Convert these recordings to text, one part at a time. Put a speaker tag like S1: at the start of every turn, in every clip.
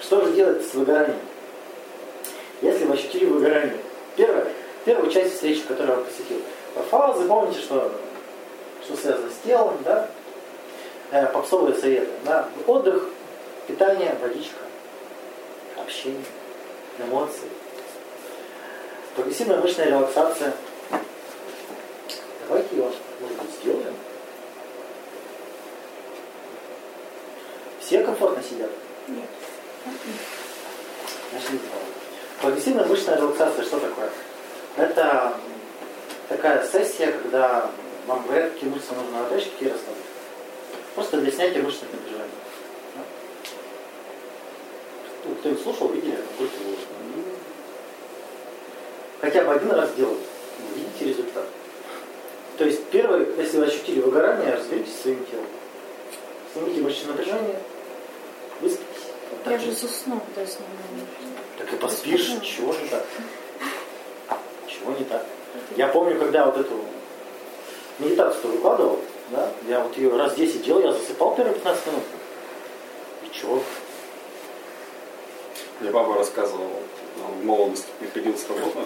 S1: Что же делать с выгоранием? Если вы ощутили выгорание, первое, первую часть встречи, которую я посетил, фазы, помните, что, что связано с телом, да? Э, попсовые советы, да? Отдых, питание, водичка, общение, эмоции, прогрессивная мышечная релаксация. Давайте ее, может быть, сделаем. Все комфортно сидят?
S2: Нет.
S1: Начали с головы. Прогрессивная мышечная релаксация что такое? Это такая сессия, когда вам говорят, какие мышцы нужно напрячь, какие расслабить. Просто для снятия мышечных напряжений. Да? Ну, Кто-нибудь слушал, видели, какой-то Хотя бы один раз делать, увидите результат. То есть первое, если вы ощутили выгорание, разберитесь со своим телом. Снимите мышечное напряжение, выспитесь. Вот так
S2: Я
S1: же.
S2: же засну до основного.
S1: Так и поспишь, чего не так? Чего не так? Я помню, когда вот эту медитацию выкладывал, да, я вот ее раз 10 делал, я засыпал первые 15 минут. И чего?
S3: Мне баба рассказывала, он в молодости приходил с работы.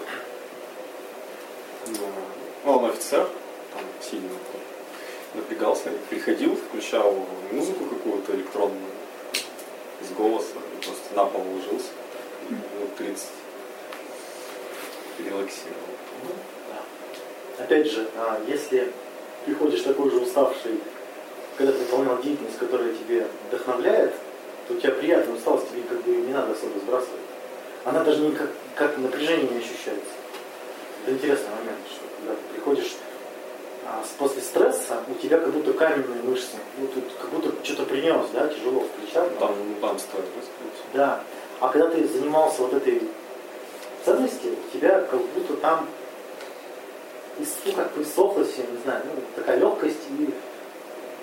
S3: Ну, Он офицер, там сильно там напрягался, и приходил, включал музыку какую-то электронную из голоса, и просто на пол ложился, и минут 30 релаксировал.
S1: Ну, да. Опять же, а, если приходишь такой же уставший, когда ты выполнял деятельность, которая тебе вдохновляет, то у тебя приятная усталость, тебе как бы не надо особо сбрасывать. Она даже не как, как напряжение не ощущается. Это интересный момент, что когда ты приходишь а, с- после стресса, у тебя как будто каменные мышцы, ну, тут как будто что-то принес, да, тяжело в плечах.
S3: Ну, Там, ну, там стоит высказать.
S1: Да. А когда ты занимался вот этой ценностью, у тебя как будто там ис- ну, как бы иссохлось, я не знаю, ну, такая легкость и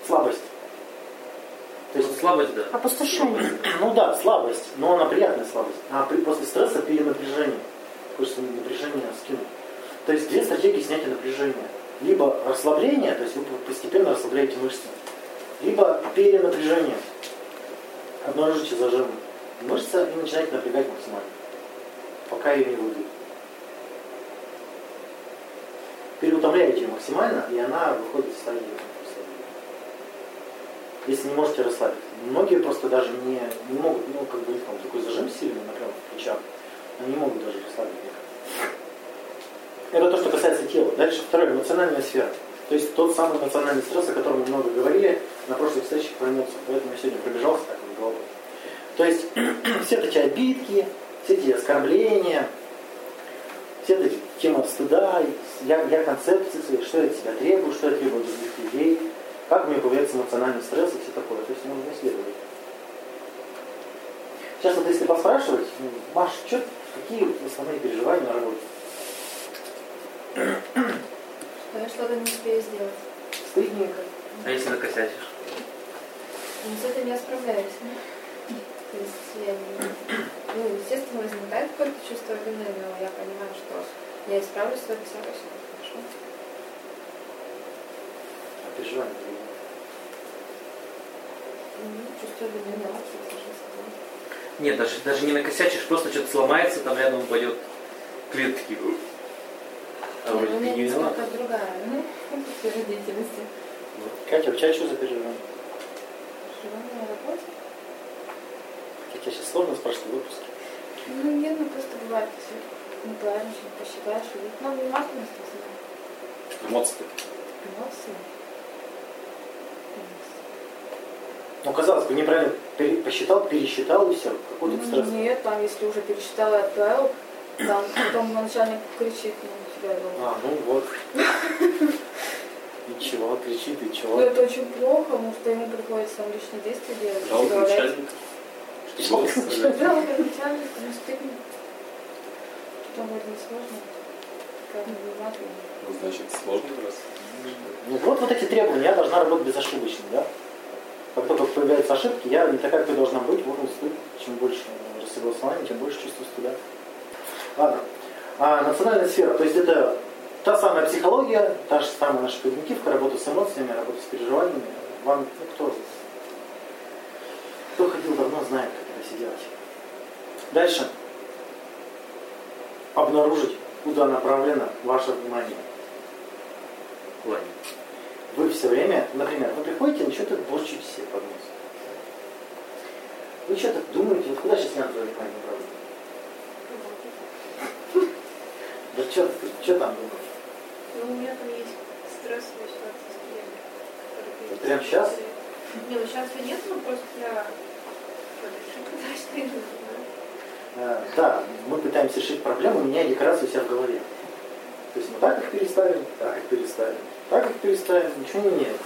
S1: слабость. То
S4: Вот
S1: есть,
S4: слабость, да.
S2: Опустошение.
S1: ну да, слабость, но она приятная слабость. А при, после стресса перенапряжение. Хочется напряжение скинуть. То есть две стратегии снятия напряжения. Либо расслабление, то есть вы постепенно расслабляете мышцы. Либо перенапряжение. Обнаружите зажим мышцы и начинаете напрягать максимально. Пока ее не выйдет. Переутомляете ее максимально, и она выходит в стадию расслабления. Если не можете расслабить. Многие просто даже не, не могут, ну, как бы у них там такой зажим сильный, например, в плечах. Они не могут даже расслабить никак. Это то, что касается тела. Дальше второе, эмоциональная сфера. То есть тот самый эмоциональный стресс, о котором мы много говорили на прошлых встречах про эмоции. Поэтому я сегодня пробежался так вот головой. То есть все эти обидки, все эти оскорбления, все эта тема стыда, я, я концепции, свои, что я от себя требую, что я требую от других людей, как у меня появляется эмоциональный стресс и все такое. То есть ну, нужно исследовать. Сейчас вот если поспрашивать, ну, Маш, чё, какие основные переживания на работе?
S5: Что я что-то не успею сделать.
S1: Стыдненько.
S4: А если накосячишь?
S5: Но с этим я справляюсь. ну. То есть я, не- ну, естественно, возникает какое-то чувство вины, но я понимаю, что я исправлюсь, с этой ситуацией, всё будет хорошо.
S1: А переживания какие?
S5: Ну, чувство вины, да, всё хорошо.
S4: Нет, даже, даже не накосячишь, просто что-то сломается, там рядом упадет клин такие. «Ух». А
S5: Не, ну,
S4: вроде
S5: у
S4: ты
S5: меня
S4: не виноват.
S5: несколько другая ну, сфера деятельности.
S1: Катя, у тебя что за переживания?
S5: Живу на работе.
S1: Тебя сейчас сложно спрашивать в выпуске.
S5: Ну, нет, ну просто бывает, если неправильно что-то посчитаешь, и ну, внимательность особенно.
S3: Эмоции такие.
S5: Эмоции.
S1: Ну, казалось бы, неправильно пере- посчитал, пересчитал и все. Какой то
S5: Ну,
S1: стресс.
S5: нет, там, если уже пересчитала и отправил, там потом начальник кричит на тебя. его.
S1: А, ну вот. И чего, кричит, и
S5: Ну,
S1: чего.
S5: это очень плохо, потому что ему приходится там личные действия делать.
S3: Жалко
S5: добавлять.
S3: начальника. Что голос стреляет.
S5: Жалко начальник, ну, стыдно. Там вроде не сложно. Как не внимательно.
S3: Ну, Значит, сложно раз.
S1: Ну, вот, вот эти требования. Я должна работать безошибочно, да? Как только появляются ошибки, я не такая, как я должна быть, вот он стыд. Чем больше э, рассогласования, тем больше чувство стыда. Ладно. А, национальная сфера, то есть это та самая психология, та же самая наша когнитивка, работа с эмоциями, работа с переживаниями. Вам ну, кто, кто ходил давно, знает, как это все делать. Дальше. Обнаружить, куда направлено ваше внимание.
S4: Ладно.
S1: Вы все время, например, вы приходите, ну что-то борщите себе под нос. Вы что-то думаете, вот куда сейчас надо твое внимание направлять? Да что ты, что там думаешь?
S5: Ну, у меня там есть стрессовая ситуация с клиентом. который
S1: Вот
S5: говорит,
S1: прям сейчас?
S5: Не, ну сейчас нет, но просто я подальше, подальше, я не знаю.
S1: Э, Да, мы пытаемся решить проблему, меняя декорацию у себя в голове. То есть мы так их переставим, так их переставим, так их переставим, ничего не меняется.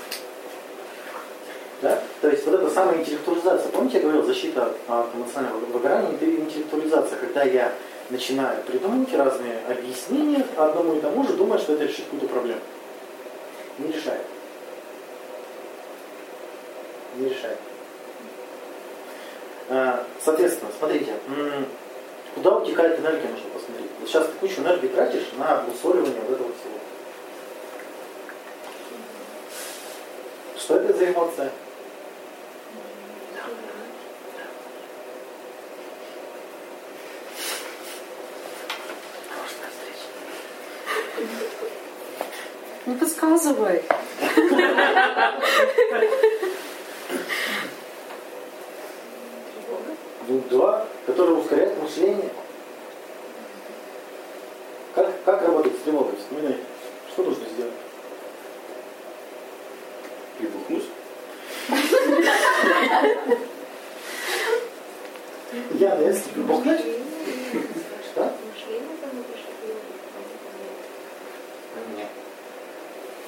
S1: Да? То есть вот эта самая интеллектуализация. Помните, я говорил, защита от, от эмоционального выгорания, это интеллектуализация, когда я начинаю придумывать разные объяснения одному и тому же, думая, что это решит какую-то проблему. Не решает. Не решает. Э, Соответственно, смотрите, м, куда утекает энергия, нужно посмотреть. Вот сейчас ты кучу энергии тратишь на обусоливание вот этого всего. Что это за эмоция?
S2: Не подсказывай.
S5: Тревога.
S1: Ну, да, которая ускоряет мышление. Как, как работать с тревогой? Вспоминай. Что нужно сделать?
S3: Прибухнуть.
S1: Яна, если прибухнуть,
S5: Мышление,
S1: Что?
S5: Мышление там напиши, тревога.
S1: Нет.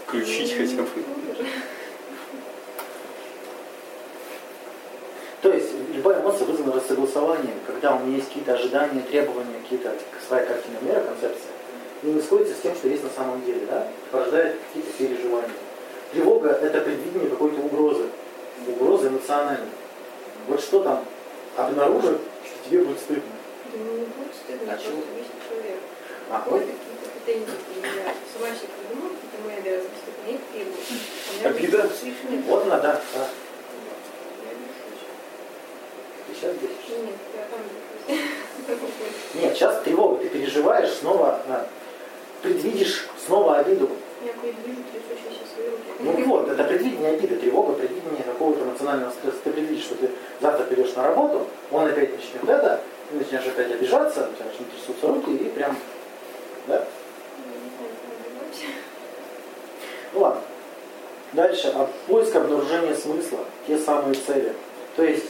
S3: Включить хотя бы.
S1: То есть любая эмоция вызвана рассогласованием, когда у меня есть какие-то ожидания, требования, какие-то своя картина мира, концепция, и не сходится с тем, что есть на самом деле, да? порождает какие-то переживания. Тревога – это предвидение какой-то угрозы, угрозы эмоциональной. Вот что там обнаружит, что тебе будет стыдно.
S5: Да ну, не будет стыдно, я
S1: А
S5: просто
S1: чего?
S5: обычный человек.
S1: А,
S5: Вот какие-то претензии предъявляют. Сама себе придумала, какие-то мои обязанности, мне их требуют. А у меня
S3: Обида?
S5: просто их нет.
S1: вот она, да. да.
S5: Я не слышу.
S1: Ты сейчас бесишься.
S5: Нет, я там не
S1: Нет, сейчас тревога, ты переживаешь, снова а, предвидишь снова обиду.
S5: Я предвижу трясущиеся свои руки.
S1: Ну вот, это предвидение обиды, тревога, предвидение какого-то эмоционального стресса. Ты предвидишь, что ты завтра придешь на работу, он опять начнет это, ты начнешь опять обижаться, у тебя начнут трясутся руки и прям, да? Ну ладно. Дальше, от поиск обнаружения смысла, те самые цели. То есть,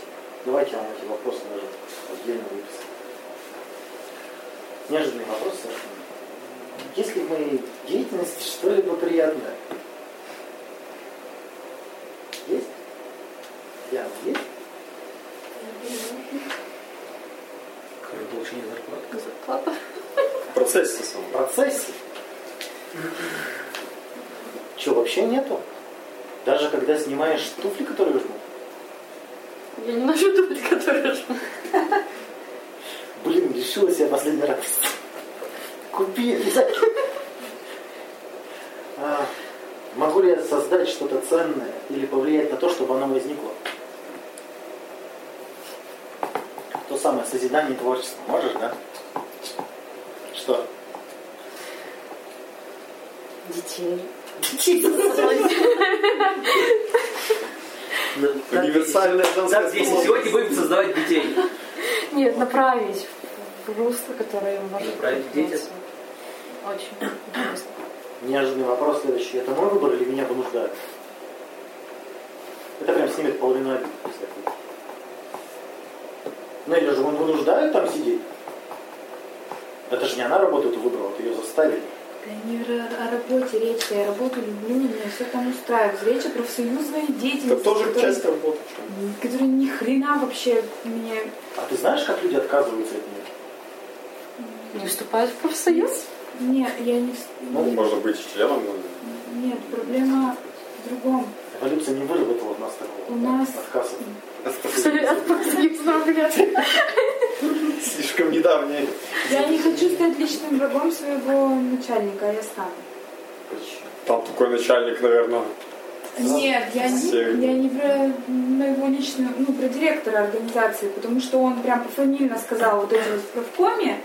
S1: давайте я вам эти вопросы даже отдельно выписал. Неожиданный вопрос совершенно. Есть ли в моей деятельности что-либо приятное? Есть? Я есть?
S4: Кроме получения зарплаты.
S2: Зарплата.
S3: В процессе самом.
S1: В процессе? Чего вообще нету? Даже когда снимаешь туфли, которые жмут?
S2: Я не ношу туфли, которые жмут.
S1: Блин, решила себя последний раз. Купи обязательно. А, Могу ли я создать что-то ценное или повлиять на то, чтобы оно возникло? То самое созидание творчества. Можешь, да? Что?
S2: Детей.
S3: Универсальная
S4: Так, здесь и
S3: концепция.
S4: сегодня будем создавать детей.
S2: Нет, направить в русло, которое им может
S4: Направить дети?
S2: подняться. Очень интересно.
S1: Неожиданный вопрос следующий. Это мой выбор или меня вынуждают? Это прям снимет половину обид. если так будет. Ну или же он вынуждает там сидеть? Это же не она работу эту выбрала, ты ее заставили.
S6: Да не ра- о работе речь, я работу люблю, меня все там устраивает. Речь о профсоюзной деятельности,
S3: Это тоже
S6: которая-
S3: часть работы. что ли.
S6: которая ни хрена вообще меня...
S1: А ты знаешь, как люди отказываются от нее?
S2: Не вступают в профсоюз?
S6: Не, я не... вс-
S3: Ну, можно быть членом. но
S6: Нет, проблема в другом.
S1: Эволюция не выработала у нас такого
S6: У нас-
S1: отказа.
S2: Абсолютно от профсоюзного, блядь.
S3: Слишком недавнее.
S6: Я не хочу стать личным врагом своего начальника, а я стану.
S1: Причина.
S3: Там такой начальник, наверное,
S6: Нет, я не, я не про моего личного, ну, про директора организации, потому что он прям пофамильно сказал вот эти вот в правкоме,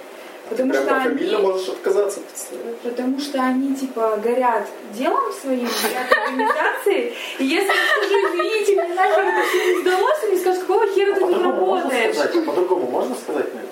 S6: потому
S3: Прям
S6: что
S3: фамильно
S6: они,
S3: можешь отказаться, представляешь?
S6: потому что они типа горят делом своим, горят организацией, и если я скажу, извините, мне нафиг это все не сдалось, они скажут, какого хера
S1: А
S6: ты тут
S1: по-другому можно
S6: работаешь?
S1: сказать? А по-другому можно сказать? Нет.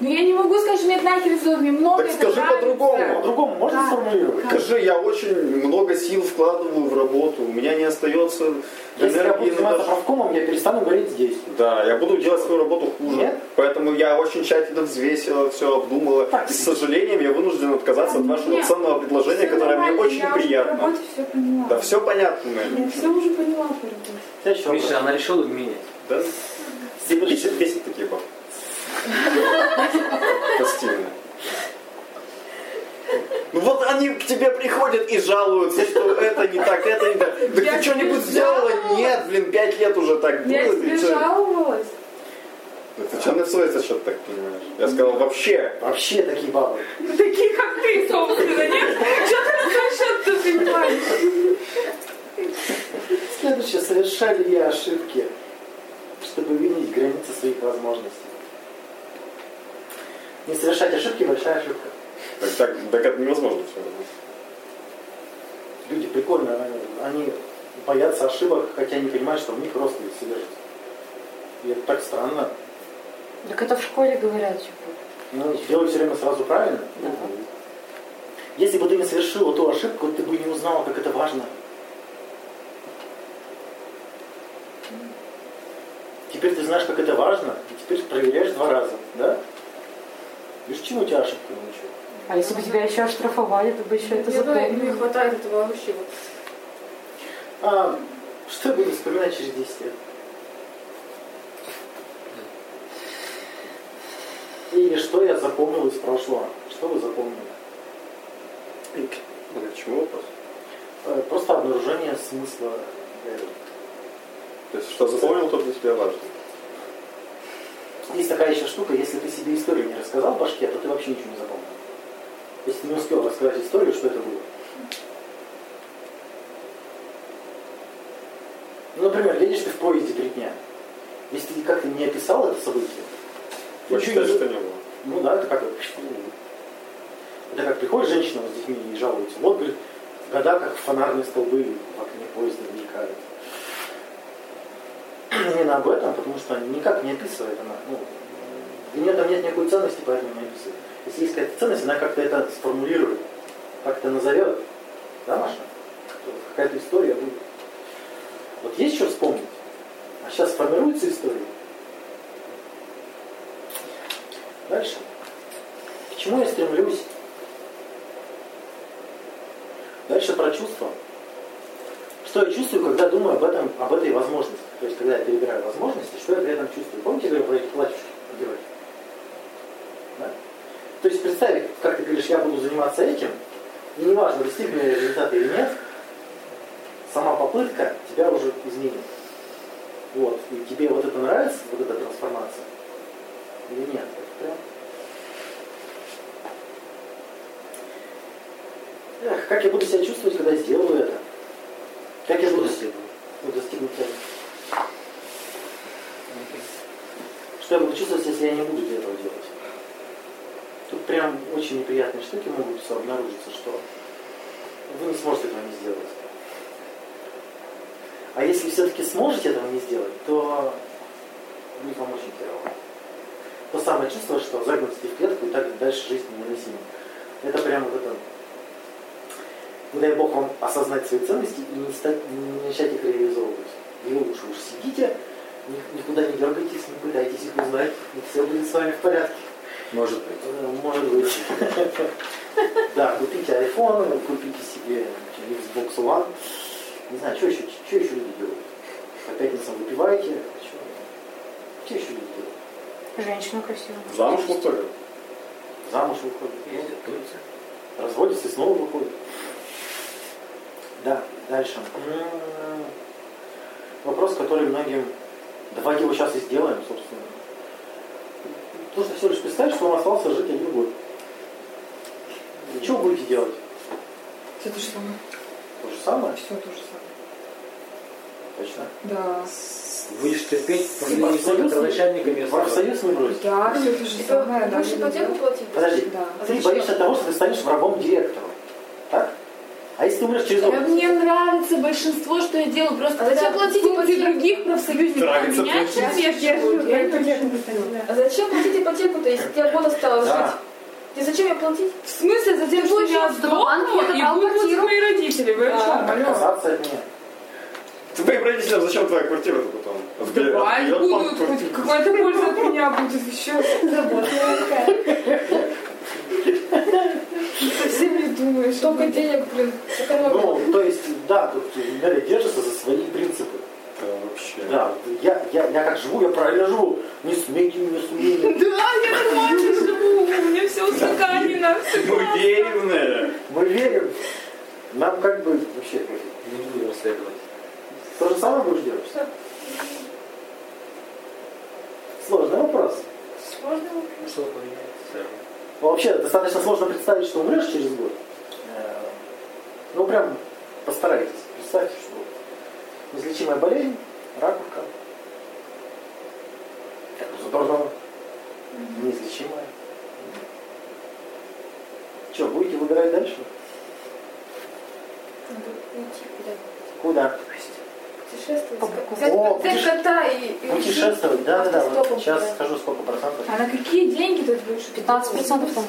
S6: Ну я не могу сказать, что мне это нахер не сдалось, мне много
S3: Так
S6: это
S3: скажи
S6: нравится.
S3: по-другому.
S1: По-другому можно
S6: Да.
S1: сформулировать?
S6: Как?
S3: Скажи, я очень много сил вкладываю в работу, у меня не остается
S1: Если я буду
S3: энергии на
S1: заниматься
S3: даже...
S1: правкомом, я перестану говорить здесь.
S3: Да, я буду делать свою работу хуже.
S1: Нет?
S3: Поэтому я очень тщательно взвесила, все обдумала.
S1: Так.
S3: И, с сожалением, я вынужден отказаться от вашего
S6: Нет.
S3: ценного предложения,
S6: Всё
S3: которое мне
S6: нормально,
S3: очень
S6: я уже по
S3: приятно.
S6: работе все поняла.
S3: Да, все понятно, Нелли.
S6: Я все уже поняла по работе.
S1: Следующий вопрос.
S4: Миша, она решила менять.
S3: Да? Бесит, бесит такие бабы. Постельные. Ну вот они к тебе приходят и жалуются, что это не так, это не так. Да
S6: Я
S3: ты что-нибудь
S6: тебе
S3: сделала?
S6: жаловалась.
S3: Нет, блин, пять лет уже так было.
S6: Я
S3: ты
S6: тебе
S3: чё?
S6: жаловалась.
S3: Да Ты что на свой счет так понимаешь? Я сказал, вообще.
S1: Вообще такие бабы.
S6: Ну, такие, как ты, собственно, нет? Что ты на свой счет-то принимаешь?
S1: Следующее. Совершали ли ошибки, чтобы видеть границы своих возможностей? Не совершать ошибки – большая ошибка.
S3: Так, так, так это невозможно все равно.
S1: Люди прикольно, э, они боятся ошибок, хотя не понимают, что в них родственники содержатся. И это так странно.
S2: Так это в школе говорят, типа.
S1: Ну, делай все время сразу правильно. Если бы ты не совершила ту ошибку, ты бы не узнала, как это важно. Теперь ты знаешь, как это важно, и теперь проверяешь два раза, да? Видишь, чему у тебя ошибка научила?
S2: А если бы тебя еще оштрафовали, ты бы еще это
S5: Я думаю,
S2: запомнил.
S5: не хватает этого вообще. вот.
S1: А что я буду вспоминать через 10 лет? Или что я запомнил из прошлого? Что вы запомнили?
S3: Для чего ну, вопрос?
S1: Э, Просто обнаружение смысла. э,
S3: То есть что запомнил, то для тебя важно.
S1: Есть такая еще штука, если ты себе историю не рассказал в башке, то ты вообще ничего не запомнил. Если ты не успел рассказать историю, что это было. Ну, например, едешь ты в поезде три дня. Если ты как-то не описал это событие, ты
S3: Я
S1: ничего
S3: считаю,
S1: не-
S3: что не было.
S1: Ну да, это как это как приходит женщина с детьми и жалуется. Вот, говорит, года как фонарные столбы в окне поезда мелькают. Именно об этом, а потому что никак не описывает она. Ну, у нее там нет никакой ценности, поэтому не описывает. Если есть какая-то ценность, она как-то это сформулирует, как-то назовет. Да, Маша? Какая-то история будет. Вот есть что вспомнить? А сейчас формируется история. Дальше. К чему я стремлюсь? Дальше про чувства. Что я чувствую, когда думаю об, этом, об этой возможности? То есть, когда я перебираю возможности, что я при этом чувствую? Помните, я говорю про эти плачущих героев? Да? То есть представить, как ты говоришь, я буду заниматься этим, и неважно, достигну я результата или нет, сама попытка тебя уже изменит. Вот. И тебе вот это нравится, вот эта трансформация? Или нет? Это прям Эх, как я буду себя чувствовать, когда сделаю это? Как я буду себя достигнуть цели? Что я буду чувствовать, если я не буду этого делать? Тут прям очень неприятные штуки могут все обнаружиться, что вы не сможете этого не сделать. А если все-таки сможете этого не сделать, то будет вам очень херово. То самое чувство, что загнутости в клетку и так дальше жизнь невыносима. Это прям вот это не дай бог вам осознать свои ценности и не, стать, не начать их реализовывать. И вы лучше уж сидите, ни- никуда не дергайтесь, не пытайтесь их узнать, и все будет с вами в порядке.
S4: Может быть.
S1: Э, Может быть. Да, купите iPhone, купите себе Xbox One. Не знаю, что еще, что еще люди делают? По пятницам выпиваете? а Что, что еще люди делают?
S2: Женщину красивую.
S3: Замуж в итоге?
S1: Замуж выходят.
S4: Ездит в Турцию.
S1: разводится и снова выходит. Да, дальше. М, М-м-м. Вопрос, который многим... Давайте его сейчас и сделаем, собственно. Потому что всего лишь представь, что вам остался жить один год. Что будете делать?
S6: Все то же самое.
S1: То же самое.
S6: Все то же самое.
S1: Точно.
S6: Да.
S4: Будешь терпеть,
S1: И
S4: потому что не
S1: профсоюз-
S4: будет начальника местного.
S1: Профсоюз не бросит.
S6: Да, все это же
S5: Типа,
S6: самое, да.
S5: Вы же ипотеку платить?
S1: Подожди.
S6: Да.
S5: А
S1: Ты
S5: зачем?
S1: боишься того, что ты станешь врагом директора. Так? А если ты умрешь через
S2: Да
S1: год?
S2: Мне нравится большинство, что я делаю. Просто
S5: А зачем
S2: когда
S5: платить
S2: функции
S5: ипотеку?
S2: других профсоюзников
S3: Нравится
S2: меняешь,
S5: платить.
S2: я держу.
S6: Я
S2: Я
S6: ипотеку
S2: держу.
S5: А зачем платить ипотеку-то, если тебя год осталось
S1: Да.
S5: жить? Тебе зачем ее платить?
S6: В смысле, за тем, что
S2: Получается,
S6: я
S2: что банк мне
S6: сдохну, и
S2: дал
S6: будут
S2: квартиру.
S6: мои родители. Вы о
S2: Да.
S6: чем, алло?
S1: Отказаться от нее.
S3: Твоим родителям зачем твоя квартира-то потом? Отбер-
S6: Давай
S3: отберет банк
S6: будут,
S3: квартиру.
S6: хоть какая-то польза от меня будет еще. Совсем не думаешь.
S5: Столько денег, блин, сэкономил.
S1: Ну, то есть, да, тут Наталья держится за свои принципы.
S3: Да, вообще.
S1: Да, я, я, я как живу, я правильно живу. Не смейте меня с ума.
S6: Да, я нормально живу, у меня все устаканено, все
S3: Мы верные.
S1: Мы верим. Нам как бы вообще пофиг.
S4: Не будем расследовать.
S1: То же самое будешь делать?
S5: Что?
S1: Сложный вопрос.
S5: Можно?
S4: Ну что поменяется?
S1: Ну, вообще, достаточно сложно представить, что умрешь через год. Э, Ну, прям постарайтесь. Представьте, что неизлечимая болезнь, раковка. Здорово. Неизлечимая. Что, будете выбирать дальше?
S5: Надо уйти куда-то.
S1: Куда?
S5: Путешествовать.
S2: О,
S5: Взять- Взять
S1: путеше-
S5: кота и... и уйти.
S1: Путешествовать, да, да, да.
S5: Автостопом
S1: Сейчас
S5: куда-то.
S1: скажу, сколько процентов.
S6: А на какие деньги тут больше?
S2: 15% там было.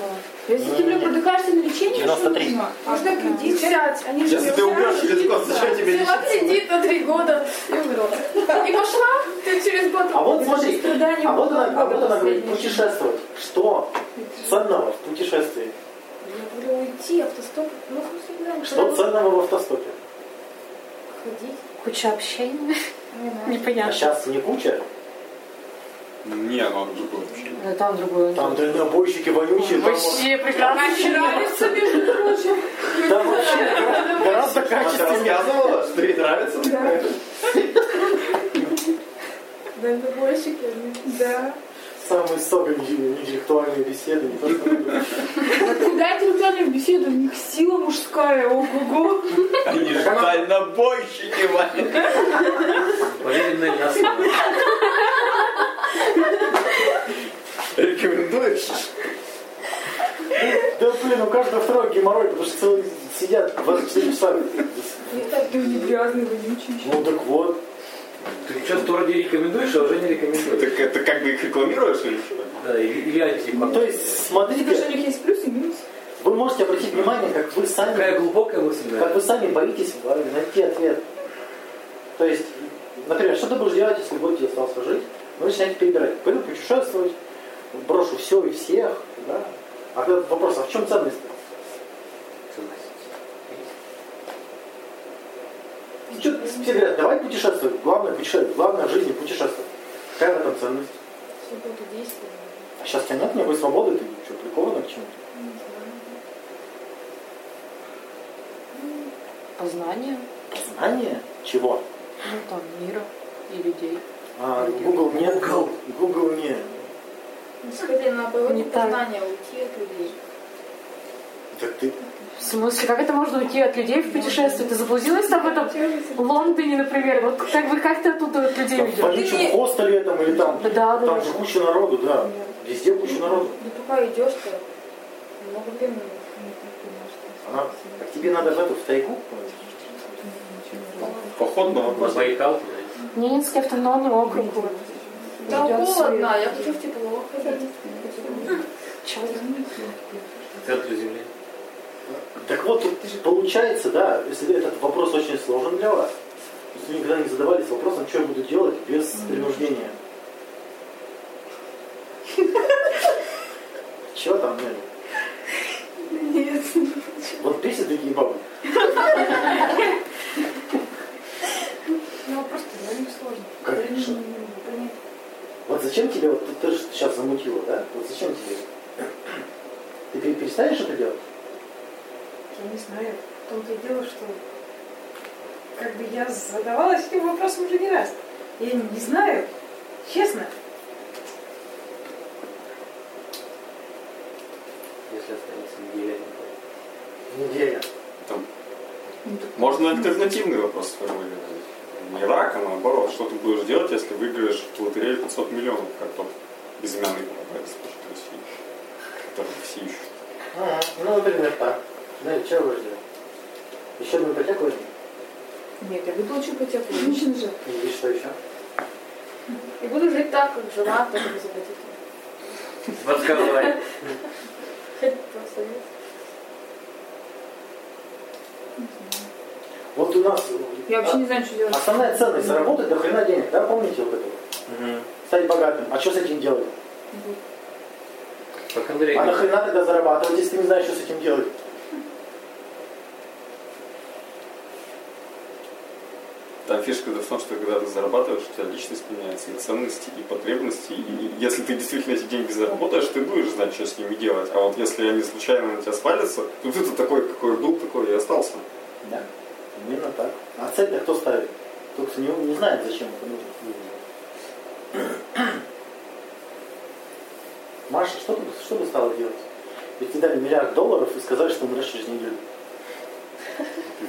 S6: Если ты, блин, продыхаешься на лечение, что
S1: 93.
S6: нужно?
S5: Можно кредит взять. Они же
S3: Если ты умрешь через год, зачем тебе
S5: Взяла
S3: лечиться?
S5: кредит на три года и умерла. И пошла, ты через год...
S1: А вот смотри,
S6: Страдания
S1: а вот
S6: было
S1: она, а
S6: года
S1: вот она говорит
S6: последние.
S1: путешествовать. Что? Ценного в путешествии.
S5: Я говорю, уйти, автостоп. Ну, хоть не
S1: Что ценного в автостопе?
S5: Ходить.
S2: Куча общения.
S5: Не знаю.
S1: А
S2: Непонятно.
S1: сейчас не куча.
S3: Не, ну он другой вообще.
S2: Да, там другое.
S1: Там дальнобойщики вонючие. Там,
S2: Вообще прекрасно.
S6: Она нравится, между прочим.
S1: там вообще гораздо
S3: Она тебе
S1: качественнее.
S3: рассказывала, что ей нравится?
S6: Да.
S5: Дальнобойщики. они.
S6: Да.
S1: Самые сок интеллектуальные беседы. не то, что-
S6: Куда интеллектуальная беседа? У них сила мужская, ого-го.
S3: Они же дальнобойщики, Ваня.
S4: Поверенная на слово.
S3: Рекомендуешь?
S1: Да блин, у каждого второй геморрой, потому что целый сидят 24 часа.
S5: Их так
S6: Ты не грязный, вонючий.
S1: Ну так вот.
S4: Ты что-то вроде рекомендуешь, а уже не рекомендуешь.
S3: Так это как бы их рекламируешь или что?
S4: Да, и- или антипатия.
S1: Ну, то
S6: Потому
S1: есть,
S6: что у
S1: смотрите,
S6: них есть плюс и минус.
S1: вы можете обратить внимание, как вы сами
S4: Какая глубокая мысль,
S1: Как
S4: да?
S1: вы сами боитесь э, найти ответ. То есть, например, что ты будешь делать, если год тебе Ну, остался жить? Вы начинаете перебирать. Пойду путешествовать, брошу все и всех. Да? А когда вопрос, а в чем ценность? Что Ну, все говорят, давай путешествовать. Главное путешествовать, главное в жизни путешествовать. Какая в этом ценность?
S5: свобода действия.
S1: А сейчас тебя нет никакой свободы, ты что, прикована к чему-то?
S5: Не знаю.
S2: Познание.
S1: Знание? Чего?
S2: Ну, там, мира и людей.
S1: А, Google нет. Google, Google нет.
S5: Ну, Скорее, наоборот,
S2: Не
S5: не
S2: так.
S5: познание уйти от людей.
S1: Так ты
S2: В смысле, как это можно уйти от людей в путешествие? Ты заблудилась там в этом в Лондоне, например? Вот как бы как ты оттуда от людей
S1: там, в
S2: уйдешь?
S1: вонючем хостеле там или там.
S2: Да, да,
S1: Там
S2: да.
S1: же куча народу, да.
S5: Нет.
S1: Везде куча народу.
S5: Ну, пока идешь-то, много времени. не понимаешь,
S1: Она, так тебе надо в эту в тайгу?
S3: Поход на
S4: На
S3: вопрос.
S4: Байкал, да?
S2: Ненецкий автономный округ. вот.
S5: Там
S2: Идёт
S5: холодно,
S2: свет.
S5: я хочу в тепло ходить.
S2: Чё за-
S4: в центре земли.
S1: Так вот, тут получается, да, если этот вопрос очень сложен для вас, если вы никогда не задавались вопросом, что я буду делать без принуждения. Чего там, Нелли?
S6: Нет.
S1: Вот бесит такие бабы.
S6: Ну, просто довольно сложно.
S1: Конечно.
S6: Понятно.
S1: Вот зачем тебе, вот ты, ты же сейчас замутила, да? Вот зачем тебе? Ты пер- перестанешь это делать?
S7: Я не знаю, в том-то и дело, что как бы я задавалась этим вопросом уже не раз. Я не знаю, честно.
S4: Если останется неделя, не будет.
S1: Неделя.
S3: Там. Можно альтернативный вопрос сформулировать. не рак, а наоборот, что ты будешь делать, если выиграешь в лотерею 500 миллионов, как тот безымянный попадается в России, который все ищут.
S1: Ага, Ну, например, так. Ну и чего вы ждете? Еще одну ипотеку возьми?
S6: Нет, я выплачу ипотеку, лично же.
S1: Или что еще?
S5: И буду жить так, как жила, а только без ипотеки.
S4: Подсказывай.
S5: Просто нет.
S1: Вот у нас
S6: Я вообще
S1: а,
S6: не знаю, что делать.
S1: основная ценность заработать до хрена денег, да, помните вот этого?
S4: Мгм.
S1: Стать богатым. А что с этим делать?
S4: Так, Андрей,
S1: А
S4: ну,
S1: на хрена тогда зарабатывать, если ты не знаешь, что с этим делать?
S3: Там фишка в том, что когда ты зарабатываешь, у тебя личность меняется, и ценности, и потребности. И если ты действительно эти деньги заработаешь, ты будешь знать, что с ними делать. А вот если они случайно на тебя свалятся, то ты-то такой, какой был, такой и остался.
S1: Да. Именно так. А цель-то кто ставит? Тот, кто не, не знает, зачем это нужно. Маша, что бы, что бы стала делать? Ведь тебе дали миллиард долларов и сказали, что умрешь через неделю.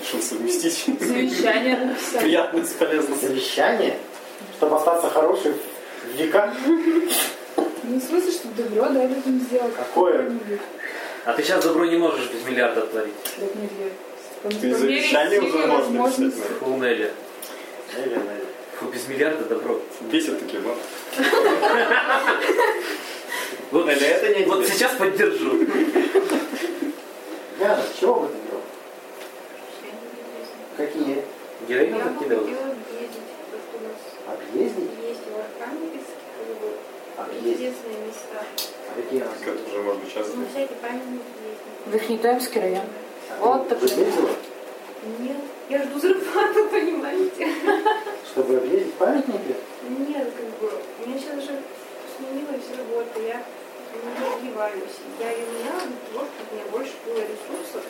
S3: Решил совместить
S6: Завещание написать.
S3: приятное с полезным.
S1: Завещание? Чтобы остаться хорошим в века?
S6: Ну, в смысле, что добро, да, людям сделать.
S1: Какое?
S4: а ты сейчас добро не можешь без миллиарда творить.
S6: Так нельзя.
S3: Ты завещание уже можно писать. наверное.
S4: Фу, Нелли.
S1: Наверное.
S4: Фу, без миллиарда добро.
S3: Бесят такие бабы.
S4: Вот,
S3: Нелли, это не
S4: вот
S3: тебе.
S4: сейчас поддержу.
S1: Яна, чего бы ты делал? Какие?
S4: Героиня
S5: Я бы
S4: как тебя
S5: хотела
S4: зовут?
S5: объездить, потому что у нас
S1: Объездить?
S5: есть в Архангельске как бы,
S1: А, Объездить.
S5: интересные места.
S1: А какие у нас?
S3: Это уже можно сейчас
S5: Ну,
S3: знать.
S5: всякие памятники есть.
S2: Верхнетоемский район.
S1: А,
S2: Вот
S1: Ты
S2: такой.
S1: ездила?
S5: Нет, я жду зарплату, понимаете?
S1: Чтобы объездить памятники?
S5: Нет, как бы, у меня сейчас уже сменилась работа, я не развиваюсь. Я ее меняла для того, чтобы у меня больше было ресурсов,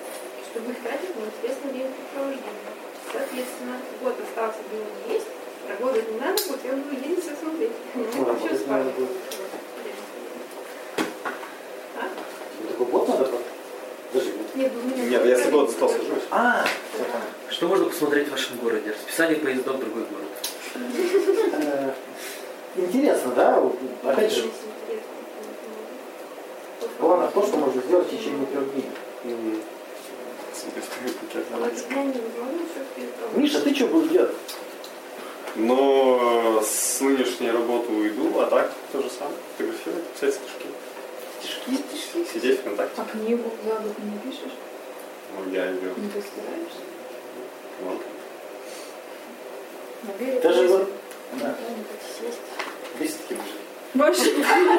S5: чтобы их тратить на интересное времяпрепровождение. Соответственно, год остался день есть, работать не надо, вот я буду ездить все смотреть. Ну,
S1: Ну,
S5: вообще
S1: работать надо
S5: спать.
S1: будет. Ну, такой год надо просто. Даже год.
S5: Нет, ну, у меня
S3: Нет,
S5: тоже
S3: я с год
S5: проект
S3: остался
S5: такой.
S3: жить.
S1: А,
S4: Что можно посмотреть в вашем городе? Расписание поездов в другой город.
S1: э, интересно, да? Вот, Опять же,
S5: Интересно, интересно.
S1: главное то, что можно сделать в течение трех дней.
S3: Смотри, в какой пакет
S5: Вот
S3: залазит.
S5: я не знаю, что перед
S1: Миша, ты что будешь делать?
S3: Но э, с нынешней работы уйду, а так то же самое. Фотографировать, писать стишки. Стишки, стишки. Сидеть в ВКонтакте.
S6: А книгу за год не пишешь?
S3: Ну, я ее
S6: Не постараешься?
S5: Набери
S1: Даже
S5: пользу.
S1: вот да,
S5: Надо как сесть.
S1: без таких же.
S6: Больше Спасибо, Ваня,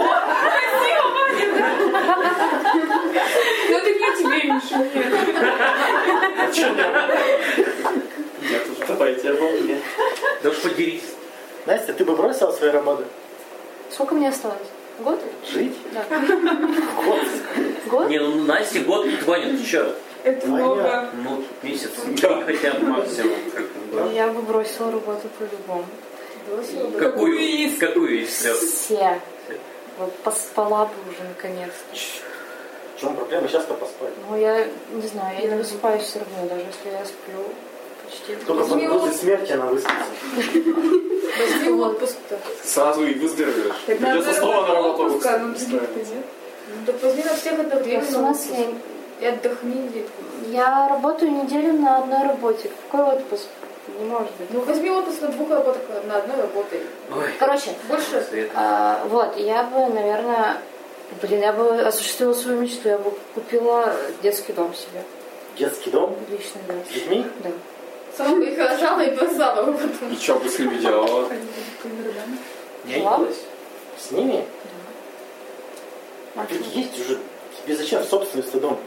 S6: Ну это не тебе, Миша, нет.
S3: Нет, уже давайте я помню.
S4: Да уж подеритесь.
S1: Настя, ты бы бросила свои работы?
S2: Сколько мне осталось? Год?
S1: Жить?
S2: Да.
S1: Год.
S2: Год?
S4: Не, ну Насте год, Ваня, ты че?
S6: Это
S1: Ваня.
S6: много.
S4: Ну, месяц. Три хотя бы максимум. как бы.
S2: Ну, Я бы бросила работу по-любому.
S6: Какую
S4: Какую?
S6: из?
S4: Какую из трех?
S2: Все. Вот поспала бы уже наконец-то.
S1: В чем проблема? Сейчас-то поспать.
S2: Ну, я не знаю, я не высыпаюсь все равно, даже если я сплю почти.
S1: Только
S6: Возьми
S1: под после смерти она выспится.
S6: Возьми отпуск-то.
S3: Сразу и выздоровеешь.
S6: Так
S3: Придется снова на работу
S6: отпуска,
S3: выходить.
S6: но других-то нет.
S5: Ну, Да возьми на всех
S2: Я в
S5: одновременно.
S2: смысле,
S5: И отдохни где-то.
S2: я работаю неделю на одной работе. Какой отпуск? Не может быть.
S5: Ну возьми отпуск на двух работах, на одной работе.
S4: Ой,
S2: Короче,
S5: Больше
S4: Свет.
S2: а, вот, я бы, наверное, блин, я бы осуществила свою мечту, я бы купила детский дом себе.
S1: Детский дом
S2: Лично, да.
S1: с детьми?
S2: Да.
S5: сама бы их рожала и бросала бы потом.
S3: И что бы с ними делала?
S4: Я не пилась.
S1: С ними? А тут есть уже. Тебе зачем собственность дом?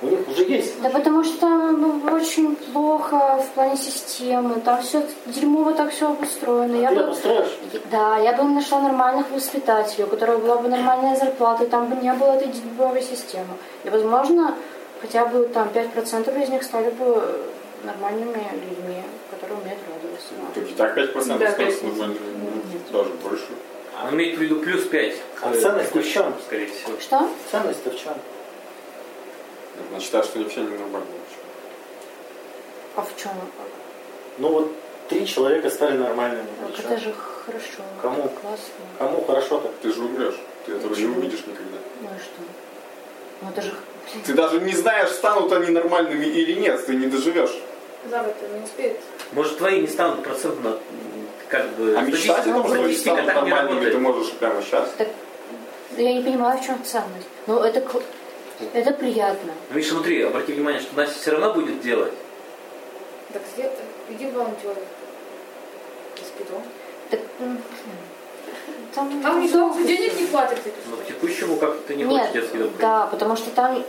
S1: У них уже есть.
S2: Да потому что там ну, очень плохо в плане системы, там все дерьмово так все обустроено.
S1: Ты
S2: Ну, Я бы-
S1: обустроишь?
S2: Да, я бы нашла нормальных воспитателей, у которых была бы нормальная зарплата, и там бы не было этой дебиловой системы. И, возможно, хотя бы там 5% из них стали бы э, нормальными людьми, которые умеют радоваться.
S3: Тут и так
S6: Да,
S3: 5%
S6: Ну,
S3: осталось
S6: 5%.
S3: нормально.
S2: Нет.
S3: Даже больше.
S4: Он имеет в виду плюс 5.
S1: А ценность в чем?
S4: Скорее всего.
S2: Ну, Что?
S1: Ценность-то в чем?
S3: Она считает, что вообще не нормально.
S2: А в чем?
S1: Ну вот три человека стали нормальными.
S2: Так
S1: Причем,
S2: это же хорошо.
S1: Ну, Кому?
S2: Классно.
S1: Кому хорошо-то?
S3: Ты же умрешь. Ты этого не
S2: Почему?
S3: увидишь никогда.
S2: Ну и что? Ну это же... блин,
S3: Ты даже не знаешь, станут они нормальными или нет. Ты не доживешь.
S5: За год не успеет.
S4: Может, твои не станут процентно м, как бы...
S3: А мечтать о том, что они
S4: статистика
S3: станут
S4: так не
S3: нормальными,
S4: работает.
S3: ты можешь прямо сейчас.
S2: Я не понимаю, в чем ценность. Ну это, кл- это приятно.
S4: Ну, Миша, смотри, обрати внимание, что Настя все равно будет делать.
S8: Так где- иди в волонтеры. Из питома.
S2: Так, м, там,
S7: Ну,
S8: Там никто денег не платят.
S1: Ну, типа.
S4: Но по текущему как-то не хочет
S2: Нет,
S4: детский дом.
S2: да, потому что там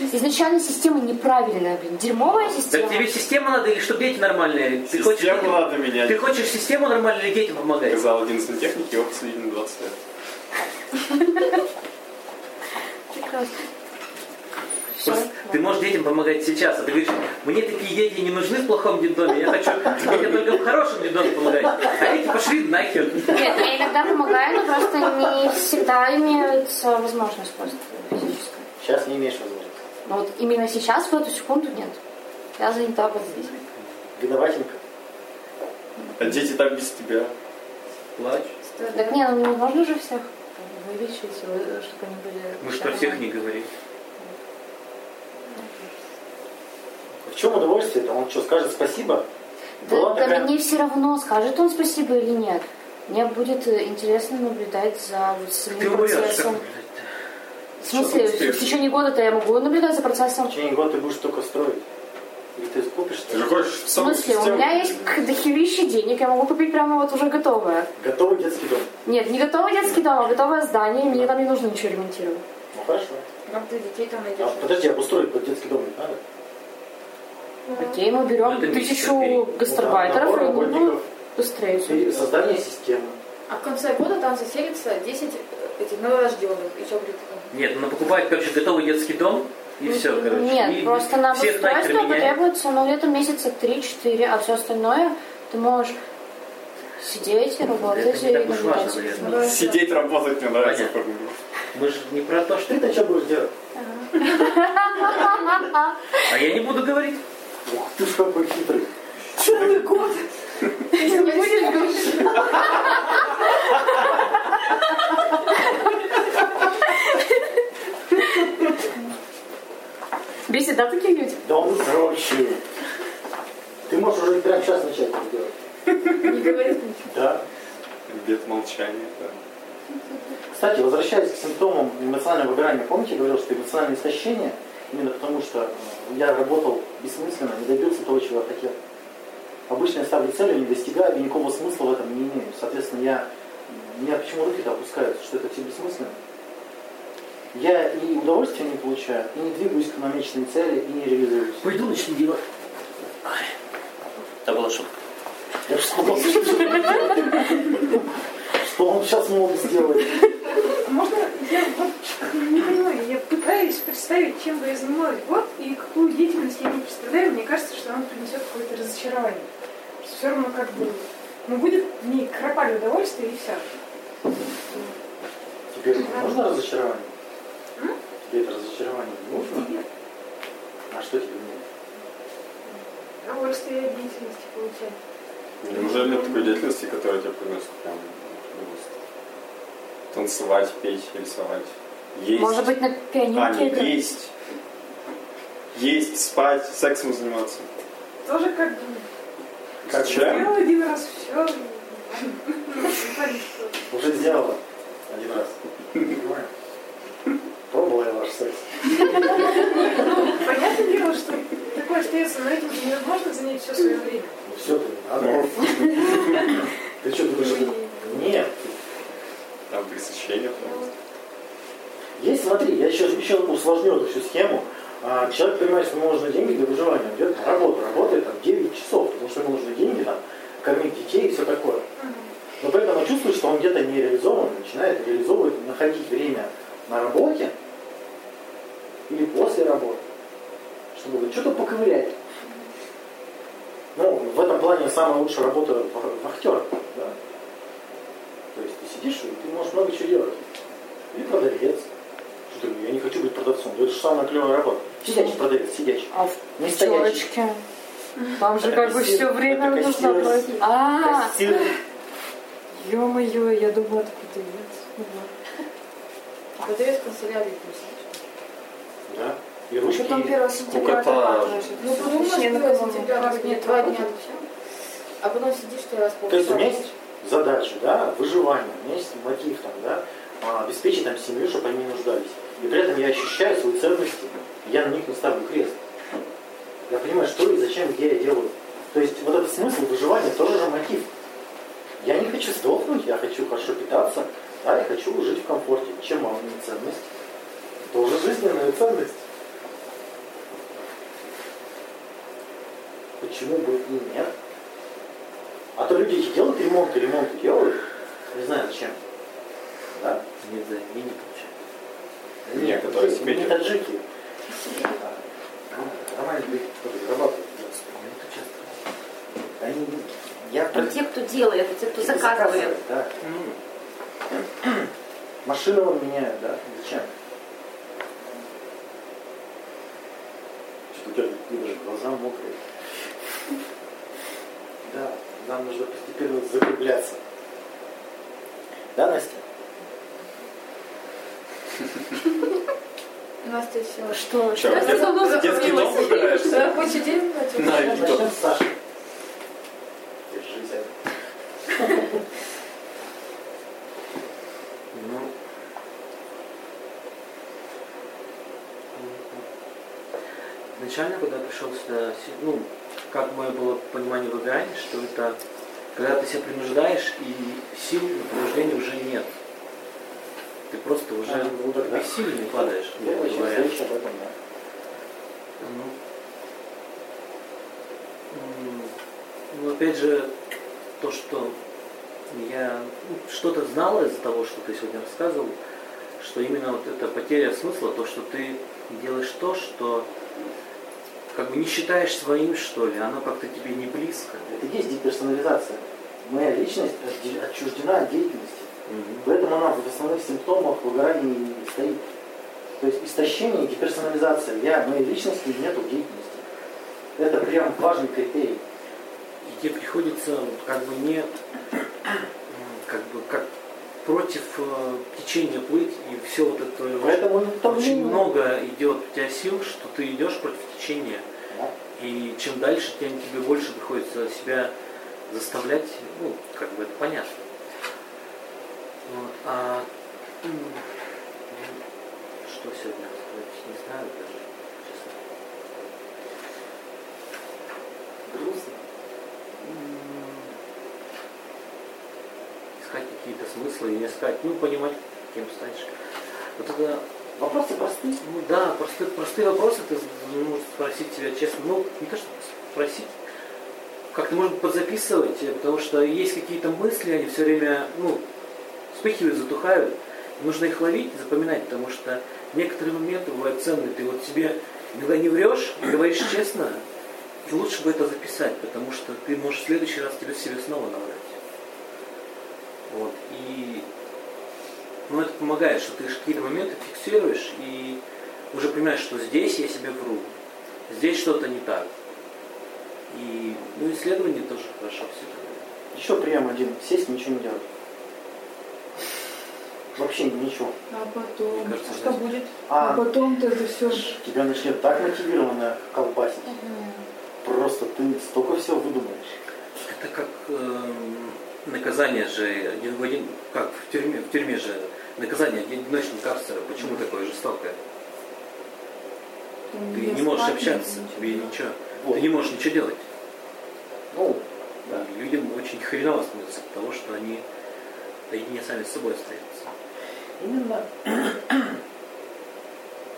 S2: изначально система неправильная, блин, дерьмовая
S4: Так
S2: система.
S4: тебе система надо или чтобы дети нормальные? Ты хочешь,
S3: Систему надо менять.
S4: ты хочешь систему нормально или детям помогать?
S3: Сказал один сантехник, его посадили на 20 лет.
S2: Прекрасно. Всё,
S4: Просто ты можешь детям помогать сейчас, а ты говоришь, мне такие дети не нужны в плохом детдоме, я хочу мне только в хорошем детдоме помогать. А дети пошли нахер.
S2: Нет, я иногда помогаю, но просто не всегда имеется возможность просто физическая.
S1: Сейчас не имеешь возможности.
S2: Но вот именно сейчас, в эту секунду, нет. Я занята вот здесь.
S1: Виноватенько.
S3: А дети так без тебя.
S4: Плачь.
S2: Так не, ну можно же всех там, вылечить, э, чтобы они были...
S4: Мы ж про всех не говорим.
S1: В чем удовольствие-то? Он что, скажет спасибо?
S2: Да,
S1: Была
S2: да
S1: такая-
S2: мне все равно, скажет он спасибо или нет. Мне будет э, интересно наблюдать за Ну, вот
S4: Ты
S2: самим
S4: умрешь.
S2: процессом. В смысле,
S3: Что
S2: в
S3: ты успеешь?
S2: течение года-то я могу наблюдать за процессом.
S1: В течение года ты будешь только строить. Или ты скупишь?
S3: Ты же хочешь
S2: В смысле, у меня есть к- дохерища денег, я могу купить прямо вот уже готовое.
S1: Готовый детский дом.
S2: Нет, не готовый детский дом, а готовое здание, и мне там не нужно ничего ремонтировать.
S1: Ну хорошо.
S8: Как ты детей там
S1: А,
S8: найдешь?
S1: подожди, обустроить под детский дом не надо? Ну,
S2: Окей, мы берем
S4: Ну, это
S2: тысячу
S4: месяц,
S2: гастарбайтеров,
S1: Набор
S2: и они будут
S1: работников
S2: быстрее. всё
S1: и
S2: делать.
S1: создание системы.
S8: А в конце года там заселится 10 этих новорожденных. И что будет такое?
S4: Нет, ну покупать, короче, готовый детский дом и все, короче.
S2: Нет,
S4: И
S2: просто на
S4: всех нахер
S2: обустройство
S4: меняй.
S2: потребуется, ну, где-то месяца 3-4, а все остальное ты можешь сидеть, работать
S4: не
S2: и
S4: так уж важно,
S2: наблюдать.
S4: наверное.
S8: Ну,
S3: Сидеть, работать мне нравится.
S4: Понятно.
S3: формулировка.
S4: Мы же не про то, что...
S1: Ты-то что будешь делать?
S4: А я не буду говорить.
S1: Ух ты ж какой хитрый.
S8: Ты не будешь говорить?
S2: Бесит, да, такие люди?
S1: Да он дрочи. Ты можешь уже прямо сейчас начать это делать.
S8: Не говорит ничего.
S1: Да.
S3: Обед молчания. да.
S1: Кстати, возвращаясь к симптомам эмоционального выгорания, помните, я говорил, что эмоциональное истощение, именно потому что э, я работал бессмысленно, не добился того, чего я хотел. Обычно я ставлю цель, не достигаю, и никакого смысла в этом не имею. Соответственно, я, у меня почему руки-то опускаются, что это все бессмысленно. Я и удовольствия не получаю, и не двигаюсь к намеченной цели, и не реализуюсь.
S4: Пойду начну делать. Это была шутка.
S1: Я ж сказал, Что он сейчас мог сделать?
S7: А Можно, я вот не понимаю, я пытаюсь представить, чем бы я занималась год и какую деятельность я не представляю, мне кажется, что она принесет какое-то разочарование. Все равно как бы, ну будет не кропаль удовольствия и все.
S1: Тебе нужно разочарование? Тебе это разочарование не нужно?
S7: Нет,
S1: А что тебе нужно?
S7: удовольствие от деятельности получать.
S3: Неужели нет такой деятельности, которая тебе приносит прям удовольствие? Танцевать, петь, рисовать. Есть.
S2: Может быть, на
S4: ну,
S3: а,
S2: пианинке
S3: нет,
S2: это...
S3: есть. Есть, спать, сексом заниматься.
S7: Тоже как бы,
S3: Как
S7: сделал один раз все,
S1: Уже сделала один раз. Пробовала я ваш секс.
S8: А
S7: Понятное дело, что такое остается, но этим же невозможно занять все свое время.
S1: Ну все, ты не надо. Ты что думаешь? это- Нет.
S3: Там пресыщение. там.
S1: Есть, смотри, я еще, еще усложню эту всю схему. А, Человек понимает, что ему нужны деньги для выживания. Он идет на работу, работает там 9 часов, потому что ему нужны деньги, там, кормить детей и все такое. Но при этом он чувствует, что он где-то не реализован, начинает реализовывать, находить время на работе или после работы, чтобы вот что-то поковырять. Ну, в этом плане самая лучшая работа в- вахтера. Да? То есть ты сидишь, и ты можешь много чего делать. Или продавец. Что ты, я не хочу быть продавцом. Да Это же самая клевая работа. Сидячий продавец, сидячий.
S2: А в
S1: Не стоящий.
S2: пятерочке Вам же как бы
S1: Кассир.
S2: все время
S1: Это
S2: нужно
S1: кассир.
S2: платить. А,
S1: Кассир.
S2: ё-моё, я думала, откуда нет.
S8: Продавец канцелярии пусть.
S1: Да. И
S8: Что там
S1: ручки.
S8: 1 сентября
S3: Сколько-то-
S8: отрабатываешь? Ну, потому что
S7: Отлично,
S8: 1
S7: на кого?
S8: сентября как нет, два дня. А потом сидишь ты раз
S1: То есть у меня есть задача, да, выживание, у меня есть мотив там, да, а, обеспечить там семью, чтобы они не нуждались. И при этом я ощущаю свои ценности, я на них не ставлю крест. Я понимаю, что и зачем, где я делаю. То есть вот этот смысл выживания тоже же мотив. Я не хочу сдохнуть, я хочу хорошо питаться, да, я хочу жить в комфорте. Чем мама не ценность? Тоже жизненная ценность. Почему бы и нет? А то люди эти делают ремонт, и ремонт делают, не знаю зачем. Да?
S4: Не знаю, я не получаю.
S3: Нет, которые
S1: таджики,
S3: себе
S1: не
S3: делают.
S1: таджики. А, Нормальные люди, которые зарабатывают. в принципе, они тут часто. Они, я
S9: Ну, те, кто делает, а те, кто
S1: против-
S9: заказывает.
S1: да.
S4: Ну,
S1: Машина он меняет, да? Зачем? Что-то у тебя даже глаза мокрые. Да, нам нужно постепенно закругляться. Да, Настя?
S8: Настя села.
S2: Что?
S3: Чё,
S8: А
S3: в дет- в детский дом выбираешься?
S8: Рабочий день платил.
S3: На
S1: Давай
S3: Авито.
S1: начнем с Саши. Держись. Ну.
S4: Изначально, когда я пришел сюда, си- ну, как мое было понимание выгорания, что это когда ты себя принуждаешь, и сил на принуждение уже нет. Ты просто уже
S1: А, ну да,
S4: в
S1: да.
S4: бессилие не падаешь,
S1: Я
S4: грубо
S1: очень
S4: говоря.
S1: завишу об этом, да.
S4: Ну, м, ну, опять же, то, что я ну, что-то знала из-за того, что ты сегодня рассказывал, что именно вот эта потеря смысла, то, что ты делаешь то, что как бы не считаешь своим, что ли, оно как-то тебе не близко.
S1: Это и есть деперсонализация. Моя личность отде- отчуждена от деятельности. Поэтому она в основных симптомах выгорания и стоит. То есть истощение и деперсонализация. Я, моей личности нету в деятельности. Это прям важный критерий.
S4: И тебе приходится вот как бы не м, как бы как против э, течения плыть и все вот это
S1: Поэтому
S4: Очень
S1: утомление.
S4: много идет у тебя сил, что ты идешь против течения.
S1: Да.
S4: И чем дальше, тем тебе больше приходится себя заставлять. Ну, как бы это понятно. Вот, а, м, ну, что сегодня рассказать, не знаю даже, честно.
S1: Грустно.
S4: М, Искать какие-то смыслы, не искать, ну, понимать, кем станешь. Вот это
S1: Вопросы простые.
S4: ну да, простые, простые вопросы ты ну, спросить тебя честно. Ну, не то, что спросить, как-то, может быть, подзаписывать, э, потому что есть какие-то мысли, они все время, ну, вспыхивают, затухают. Нужно их ловить, запоминать, потому что некоторые моменты бывают ценные. Ты вот себе иногда не врешь, говоришь честно, и лучше бы это записать, потому что ты можешь в следующий раз тебе себе снова наврать. Вот. И ну, это помогает, что ты какие-то моменты фиксируешь и уже понимаешь, что здесь я себе вру, здесь что-то не так. И ну, исследование тоже хорошо все
S1: Еще прием один. Сесть, ничего не делать. Вообще ничего.
S6: А потом,
S4: Мне кажется,
S6: а что
S4: знаешь-
S6: будет? А
S1: А
S6: потом-то это все
S1: тебя начнет так мотивированно колбасить.
S2: А
S1: Просто ты столько всего выдумаешь.
S4: Это как эм, наказание же один в один, как в тюрьме, в тюрьме же наказание одиночного карцера. Почему такое жестокое?
S6: Ну,
S4: Ты не можешь общаться, тебе ничего.
S1: Вот.
S4: Ты не можешь ничего делать.
S1: Ну, да.
S4: И Людям очень хреново становится, потому что они наедине сами с собой остаются.
S1: Именно.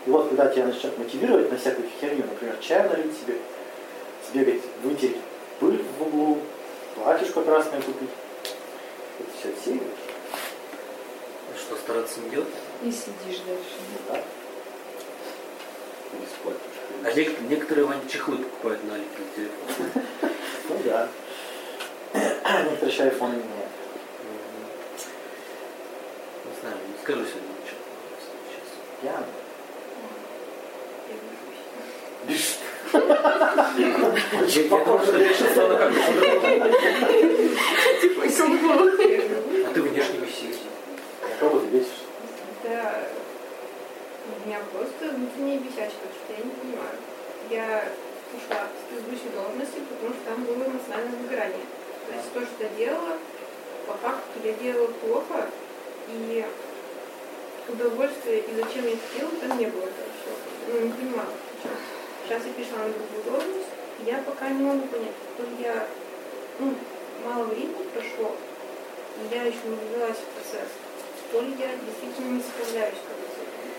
S1: И вот когда тебя начнет мотивировать на всякую херню, например, чай налить себе, сбегать, вытереть пыль в углу, платьишко красное купить, это все отсеиваешь.
S4: Ну Что, стараться не делать?
S6: И сидишь дальше.
S1: Ну да.
S3: Бесплатно.
S4: А нек- некоторые Ваня чехлы покупают на Алике для телефона.
S1: Ну да. Некоторые еще айфон не меняют.
S4: Не знаю, не скажу сегодня ничего. Сейчас.
S1: Пьяный.
S5: Я вижусь.
S1: Бежит.
S4: Я, я думал, что это решится, она как-то по-другому.
S7: Типа, и сам был.
S4: А ты внешне висишь.
S1: Кого ты бесишь?
S5: Да. ну, У меня просто внутренняя бесячка, потому что я не понимаю. Я ушла с предыдущей должности, потому что там было эмоциональное выгорание. То есть то, что я делала, по факту я делала плохо, и удовольствия и зачем я это делала, там не было вообще. Ну, не понимала. причём. Сейчас я пришла на другую должность, и я пока не могу понять, потом я, ну, мало времени прошло, и я еще не ввелась в процесс то ли я действительно не справляюсь как бы с этим.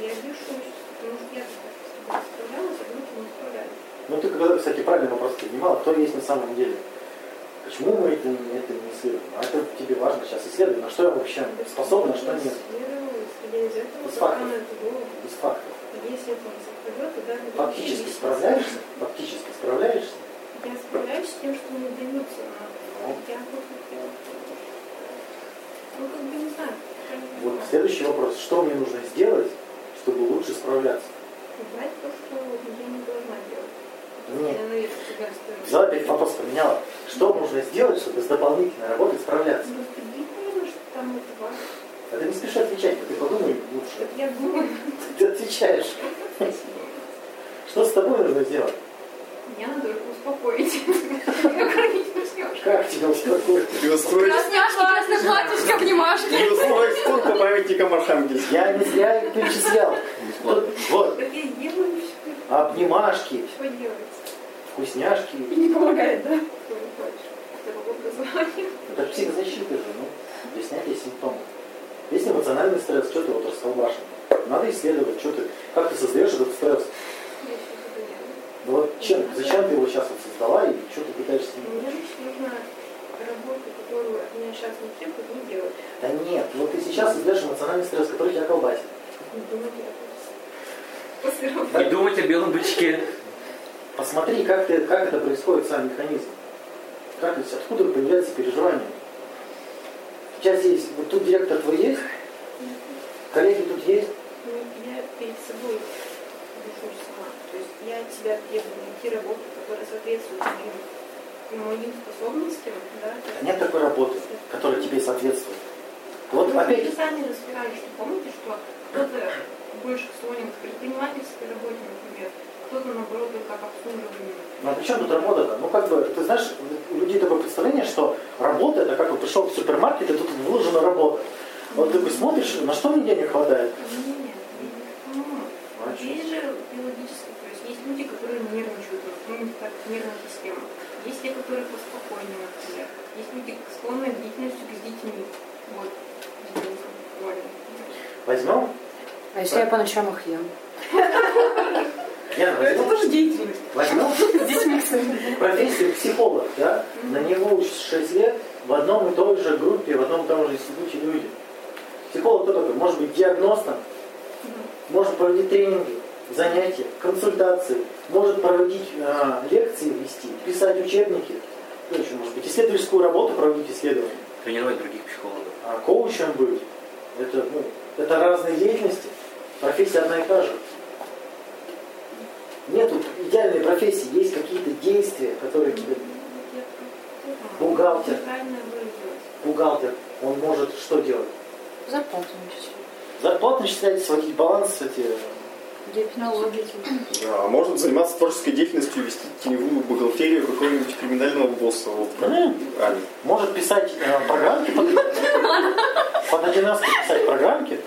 S5: Я бешусь, потому что я как-то с этим справлялась, а люди не справляются.
S1: Ну ты, когда, кстати, правильный вопрос поднимала, кто есть на самом деле. Почему мы это, не- это не исследуем? А это тебе важно сейчас исследовать, на что я вообще способна, а что нет.
S5: Исследовалась, я из этого
S1: Из
S5: пока
S1: фактов.
S5: на это голову.
S1: Без фактов.
S5: Если это не совпадет, то даже
S1: Фактически
S5: лечить.
S1: справляешься? Фактически справляешься?
S5: Я справляюсь с тем, что мне даются, но
S1: Ну,
S5: я просто делаю. Ну, как бы не знаю. пока не
S1: вот
S5: понимаю.
S1: следующий вопрос. Что мне нужно сделать, чтобы лучше справляться?
S5: Знать то, что я не должна делать.
S1: Нет.
S5: Я, наверное, всегда стою.
S1: Взяла опять вопрос поменяла. Что нужно сделать, чтобы с дополнительной работой справляться?
S5: Ну, стыдить, наверное, что там это важно.
S1: А ты не спеши отвечать, ты подумай лучше.
S5: Я думаю,
S1: Ты отвечаешь. Что с тобой нужно сделать?
S5: меня надо успокоить. Я кормить начнешь.
S1: Как тебя успокоить?
S3: И устроить,
S2: Красняшки, красноплатьишко, обнимашки.
S3: и устроить стол по памятникам Архангельска.
S1: Я не зря их перечислял.
S4: Бесплатно.
S1: Вот,
S5: Как я делаю, все,
S1: обнимашки,
S5: что делается.
S1: вкусняшки. Ну,
S6: И не помогает, да?
S5: Что не хочешь. Второго образования.
S1: Это психозащита же, ну, для снятия симптомов. Есть эмоциональный стресс, что ты вот расколбашен. Надо исследовать, что ты, как ты создаешь этот стресс.
S5: Я еще это делаю.
S1: Ну вот чем, зачем ты его сейчас вот создала и что ты пытаешься с ним?
S5: Мне же нужна работа, которую от меня сейчас не требуют, не делать.
S1: Да нет, вот ты сейчас создаешь эмоциональный стресс, который тебя колбасит.
S5: Не думать я После работы.
S4: Не думать о белом бычке.
S1: Посмотри, как, ты, как это происходит, сам механизм. Как, это- откуда появляется переживание? Сейчас есть, вот тут директор твой есть, коллеги тут есть,
S5: Ну, я перед собой бешусь сама. То есть я от себя требую найти работу, которая соответствует моим, ну, моим способностям. Да, то есть-
S1: Да нет такой работы, которая тебе соответствует. Вот
S5: Ну,
S1: опять
S5: Вы сами рассказали, что помните, что кто-то больше склонен к предпринимательской работе, например, кто-то, наоборот, только к обслуживанию.
S1: Ну а при чем тут работа-то? Ну как бы, ты знаешь, у людей такое представление, что работа это как бы пришел в супермаркет, и тут выложена работа. Вот ты бы смотришь, на что мне денег хватает?
S5: Нет,
S1: Ну, а чё?
S5: Есть же биологически, то есть есть люди, которые нервничают, ну, не так, нервная система. Есть те, которые поспокойнее, например. Есть люди, склонны к деятельности к детьми. Вот, с ребенком, более.
S1: Возьмем?
S2: А если я по ночам их ем?
S1: Я
S7: Это
S1: возьмем?
S7: тоже деятельность.
S1: Возьмем профессию психолог, да? На него учатся 6 лет в одном и той же группе, в одном и том же институте люди. Психолог кто такой? Может быть диагностом, может проводить тренинги, занятия, консультации, может проводить э, лекции вести, писать учебники, что еще может быть, исследовательскую работу проводить исследование,
S4: Тренировать других психологов.
S1: а коучем быть. Это, ну, это разные деятельности, профессия одна и та же. Нет идеальной профессии, есть какие-то действия, которые тебе Бухгалтер.
S5: Правильно выразилась.
S1: бухгалтер, он может что делать?
S2: Зарплату начислить.
S1: Зарплату начислять, сводить баланс, эти,
S2: Налоги.
S3: Да, а может заниматься творческой деятельностью, вести теневую бухгалтерию какого-нибудь криминального босса. Вот,
S1: ну,
S3: Али.
S1: Может писать э, программки под, под 11 писать программки.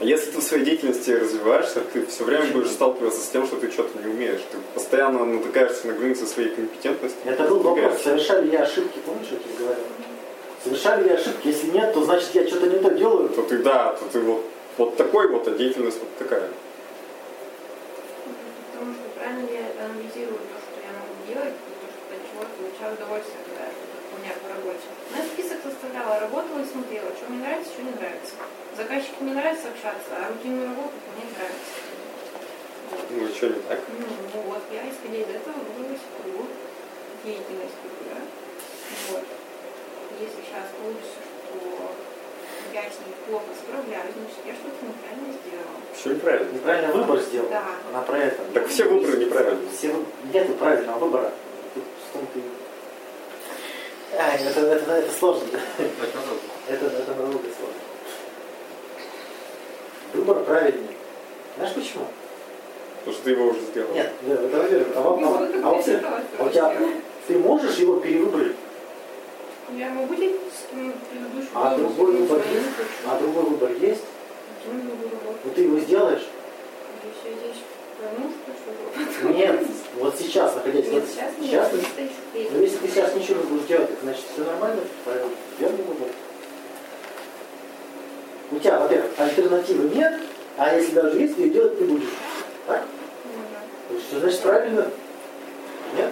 S3: А Если ты в своей деятельности развиваешься, ты все время будешь сталкиваться с тем, что ты что-то не умеешь. Ты постоянно натыкаешься на границы своей компетентности.
S1: Это был вопрос,
S3: Натыкаешься.
S1: совершали ли я ошибки, помнишь, я тебе говорил? Совершали ли я ошибки? Если нет, то значит я что-то не то делаю.
S3: То ты, да, то ты вот, вот такой вот, а деятельность вот такая.
S5: Потому что правильно я анализирую то, что я могу делать, и то, что от чего я получаю удовольствие, когда я это выполняю по работе. Но я список составляла, работала и смотрела, что мне нравится, что не нравится. Заказчику не нравится общаться, а рутинную работу мне нравится. Вот.
S3: Ну, что не так?
S5: Ну вот, я исходя из этого выбрала свою деятельность, да? Вот. Если сейчас получится, что я с ней плохо справляюсь, значит, я что-то неправильно сделала.
S3: Все неправильно.
S1: Неправильный выбор сделал.
S5: Да.
S1: Она про это.
S3: Так все выборы неправильные.
S1: Все вы- нет ну, правильного выбора. Тут в том-то и- Ай, А, это, это, это сложно.
S4: Это надо.
S1: Это, это намного сложно. Выбор правильный. Знаешь почему?
S3: Потому что ты его уже сделал.
S1: Нет, да, это во-первых. А, во- а во- а во- а у тебя ты можешь его перевыбрать,
S5: Я могу делать м, предыдущую
S1: А
S5: полосу,
S1: другой
S5: но
S1: выбор
S5: я
S1: есть?
S5: не хочу.
S1: а другой выбор есть,
S5: Почему я буду работать?
S1: но Ну, ты его сделаешь.
S5: Если я здесь пойму, что что
S1: Нет, вот сейчас, находясь
S5: Нет,
S1: вот
S5: сейчас не
S1: сейчас,
S5: могу, это еще
S1: но
S5: впереди.
S1: Ну, если ты сейчас ничего не будешь делать, это значит все нормально, правильно, верный выбор. У тебя, во-первых, альтернативы нет, а если даже есть, ты ее делать не будешь. Так?
S5: Ну да.
S1: Все значит правильно? Нет?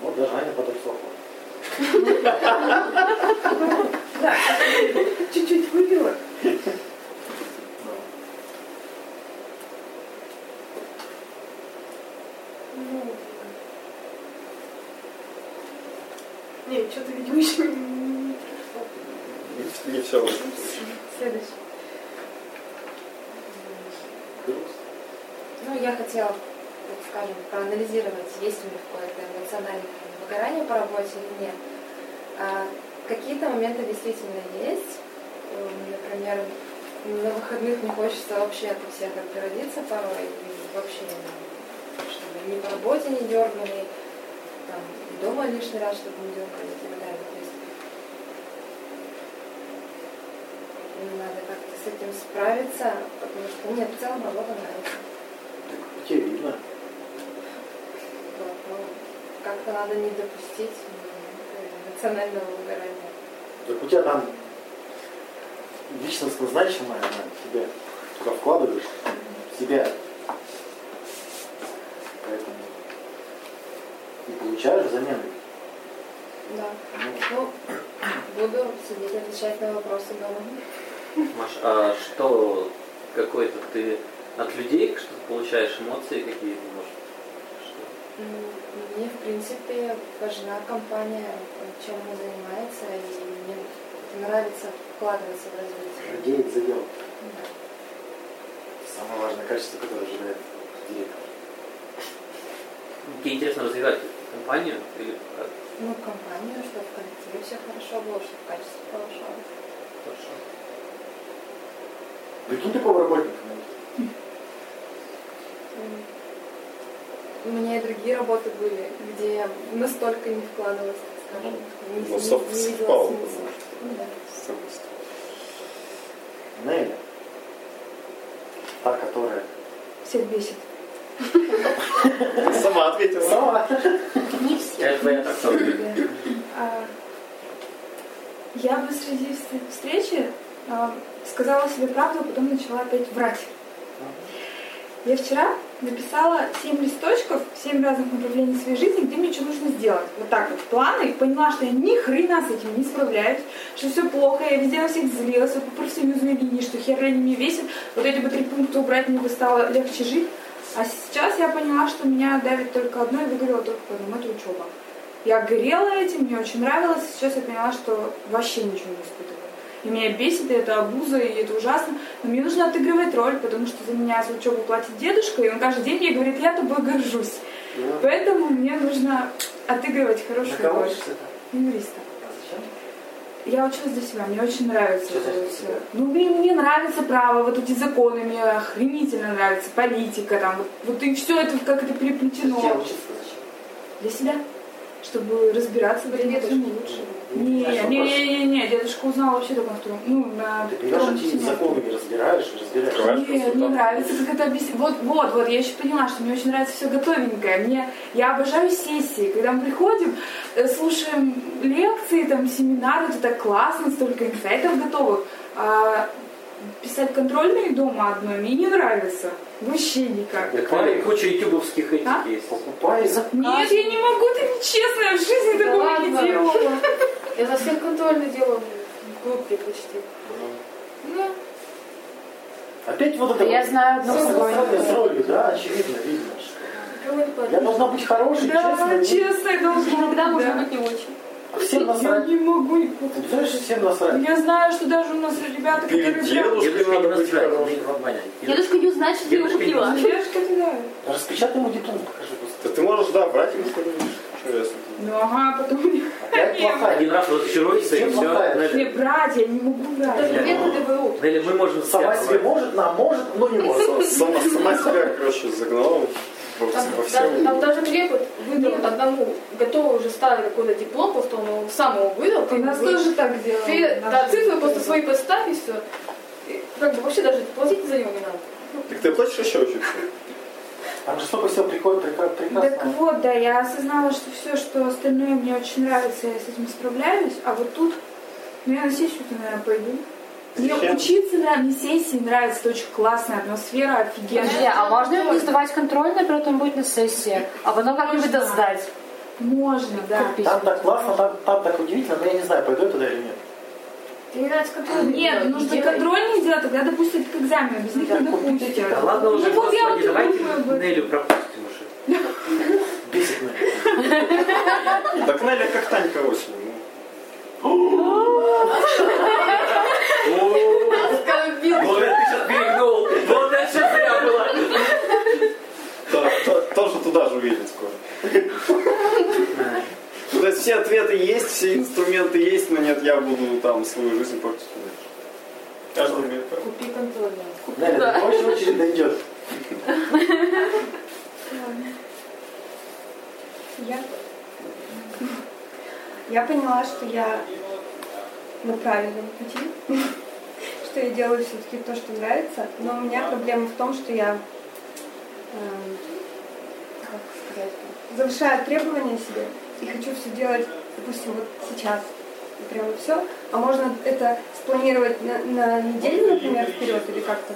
S1: Вот даже Аня потом сохла.
S7: Чуть-чуть вывела.
S8: Ну,
S7: Ну, Нет, что-то, видимо, еще не пришло.
S3: Не- Не все.
S7: Следующий.
S8: Ну, я хотела, так скажем, проанализировать, есть у меня какое-то эмоциональное выгорание по работе или нет. А какие-то моменты действительно есть. М, Например, на выходных не хочется вообще от всех отгородиться порой, и вообще, ну, чтобы ни по работе не дергали, там, и дома лишний раз, чтобы не дергали и так далее. То есть м, надо как-то с этим справиться, потому что мне в целом работа нравится.
S1: Так тебе видно.
S8: Вот, ну, Как-то надо не допустить м, э, эмоционального выгорания.
S1: Так у тебя там личностно значимая, она тебя туда вкладываешь, в себя. Поэтому и получаешь взамен.
S8: Да.
S1: Ну,
S8: Ну, буду сидеть отвечать на вопросы дома.
S4: Маш, а что какой-то ты от людей что ты получаешь эмоции какие-то, может? что?
S8: М, Мне, в принципе, важна компания, чем она занимается, и мне нравится вкладываться в развитие.
S1: радеет за дело.
S8: Да.
S1: Самое важное качество, которое ожидает директор.
S4: Ну, Тебе интересно развивать компанию или как?
S8: Ну, компанию, чтобы в коллективе все хорошо было, чтобы качество хорошо.
S4: Хорошо.
S1: Прикинь такого работника. ну,
S8: М, У меня и другие работы были, где я настолько не вкладывалась, так скажем. Не-
S3: Ну,
S8: не- не
S3: софт
S8: видела
S3: совпал,
S8: смысла.
S3: потому
S8: Ну да.
S3: Ценность.
S1: Неля. Та, которая...
S6: Всех бесит.
S3: Ты сама ответила.
S1: Сама.
S2: Не все.
S4: Это твоя таксовка.
S6: А, Я бы среди вст- встречи а, сказала себе правду, а потом начала опять врать. Я вчера написала 7 листочков, 7 разных направлений своей жизни, где мне что нужно сделать. Вот так вот, планы. И поняла, что я ни хрена с этим не справляюсь, что все плохо, я везде на всех злилась, вот по профсоюзной линии, что хер они меня весят. Вот эти бы три пункта убрать, мне бы стало легче жить. А сейчас я поняла, что меня давит только одно, и выгорела только по одному, это учеба. Я горела этим, мне очень нравилось, сейчас я поняла, что вообще ничего не испытываю. И меня бесит, и это обуза, и это ужасно. Но мне нужно отыгрывать роль, потому что за меня за учебу платит дедушка, и он каждый день мне говорит, я тобой горжусь.
S1: На
S6: Поэтому мне нужно отыгрывать хорошую
S1: кого
S6: роль.
S1: учишься-то?
S6: Юмориста.
S1: А зачем?
S6: Я училась для себя, мне очень нравится
S1: Что значит
S6: это
S1: для
S6: все.
S1: себя?
S6: Ну, мне, мне нравится право, вот эти законы, мне охренительно нравится, политика там, вот, вот и все это как это переплетено.
S1: Тебе учиться зачем?
S6: Для себя, чтобы
S9: А
S6: разбираться в этом
S8: Привет,
S6: всём.
S8: лучше.
S6: Не,
S1: Знаешь,
S6: не,
S1: вопрос.
S6: не, не, не, дедушка узнал вообще только на втором, ну, на
S1: Ты
S6: втором
S1: берешь эти
S6: семестре.
S1: законы и разбираешь, и разбираешь.
S3: Открываешь
S6: Нет,
S3: просто
S6: мне
S3: там.
S6: нравится, как это объяснить. Вот, вот, вот, я еще поняла, что мне очень нравится все готовенькое. Мне, я обожаю сессии, когда мы приходим, э, слушаем лекции, там, семинары, это так классно, столько инсайтов готовых. А писать контрольные дома одной мне не нравится. Вообще никак.
S1: Так,
S4: Куча-
S1: Варя,
S4: Куча ютубовских этих
S6: А?
S4: есть.
S1: Покупай за...
S6: Нет, я не могу, это нечестно, я в жизни
S8: Да
S6: такого
S8: ладно.
S6: не делала.
S8: Я за всех контрольно делаю в группе почти.
S6: Ну,
S1: Опять вот это...
S2: Я
S1: вот.
S2: знаю одну
S1: Ну,
S2: свою.
S1: сравнивать с ролью, да, очевидно, видно, что
S9: Какой
S1: Я должна быть хорошей, честной. ну,
S6: честно, должна
S9: Иногда можно
S6: да.
S9: быть не очень.
S1: Всем насрать.
S6: не могу не
S1: Ты понимаешь, всем насрать.
S6: Я знаю, что даже у нас ребята,
S3: Перед
S5: Дедушка
S3: дедушкой
S5: не
S3: надо быть хорошим.
S5: насрать.
S9: Дедушка не узнает, что ты его
S5: Дедушка не
S9: купила.
S6: Девушка, ты да.
S1: Распечатай ему диплом, покажи просто.
S3: Да ты можешь, да, брать если хочешь. Что я с этим?
S6: Ну ага, потом мне...
S1: Опять А плохая.
S5: Один раз разочаруется, и
S1: Всем
S5: все.
S1: хватает.
S5: Нелли,
S6: Не брать, я не могу брать.
S9: Даже нет ДВУ.
S5: Нелли, мы можем
S1: Сама
S5: всех
S1: себе
S5: брать.
S1: может, нам может, но не может.
S3: Сама, сама- сама себя, короче, загнала во, во
S9: Там,
S3: всем.
S9: там даже препод выдал одному готовый уже старый какой-то диплом, просто он его сам его выдал.
S6: У
S9: ты
S6: нас
S9: его
S6: тоже так
S9: Ты
S6: делают.
S9: да, цифры просто свои подставь и все. Как бы вообще даже платить за него не надо.
S3: Так ты хочешь еще учиться?
S1: Там же столько всего прикольно, прека-
S6: Так
S1: прекрасно.
S6: вот, да, я осознала, что все, что остальное мне очень нравится, я с этим справляюсь, а вот тут, ну я на сессию-то, наверное, пойду. Мне
S1: Зачем?
S6: учиться, да, мне сессии нравится, это очень классная атмосфера,
S2: Подожди,
S6: офигенно.
S2: а можно ему сдавать контрольный, при этом будет на сессии, а потом как-нибудь
S6: Можно.
S2: досдать,
S6: Можно, да.
S2: купить?
S1: Там так классно, там, там так удивительно, но я не знаю, пойду я туда или нет.
S9: Тебе не нравится контроль?
S6: Нет, нужно контрольные дела, тогда допустят к экзамену, без них не допустят.
S5: Да ладно уже,
S6: Ну вот я вот
S5: господи,
S6: и
S5: давайте
S6: думаю об этом.
S5: Нелю пропустим уже.
S1: Бесит меня.
S3: Так Неля как Танька очень. ну.
S5: О, Вот это ты сейчас перегнул. Вот это сейчас я была.
S3: То- то- Тоже туда же уедет скоро. Ну, То есть все ответы есть, все инструменты есть, но нет, я буду там свою жизнь портить. Каждый говорит, «Пап,
S9: Купи контрольную. Купи.
S1: Наверное,
S9: Да.
S1: да. в общем очередь дойдет.
S7: Я, я поняла, что я на правильном пути, что я делаю все-таки то, что нравится, но у меня проблема в том, что я эм, как сказать, завышаю требования себе и хочу все делать, допустим, вот сейчас. И Прямо все. А можно это спланировать на, на неделю, например, вперед или как-то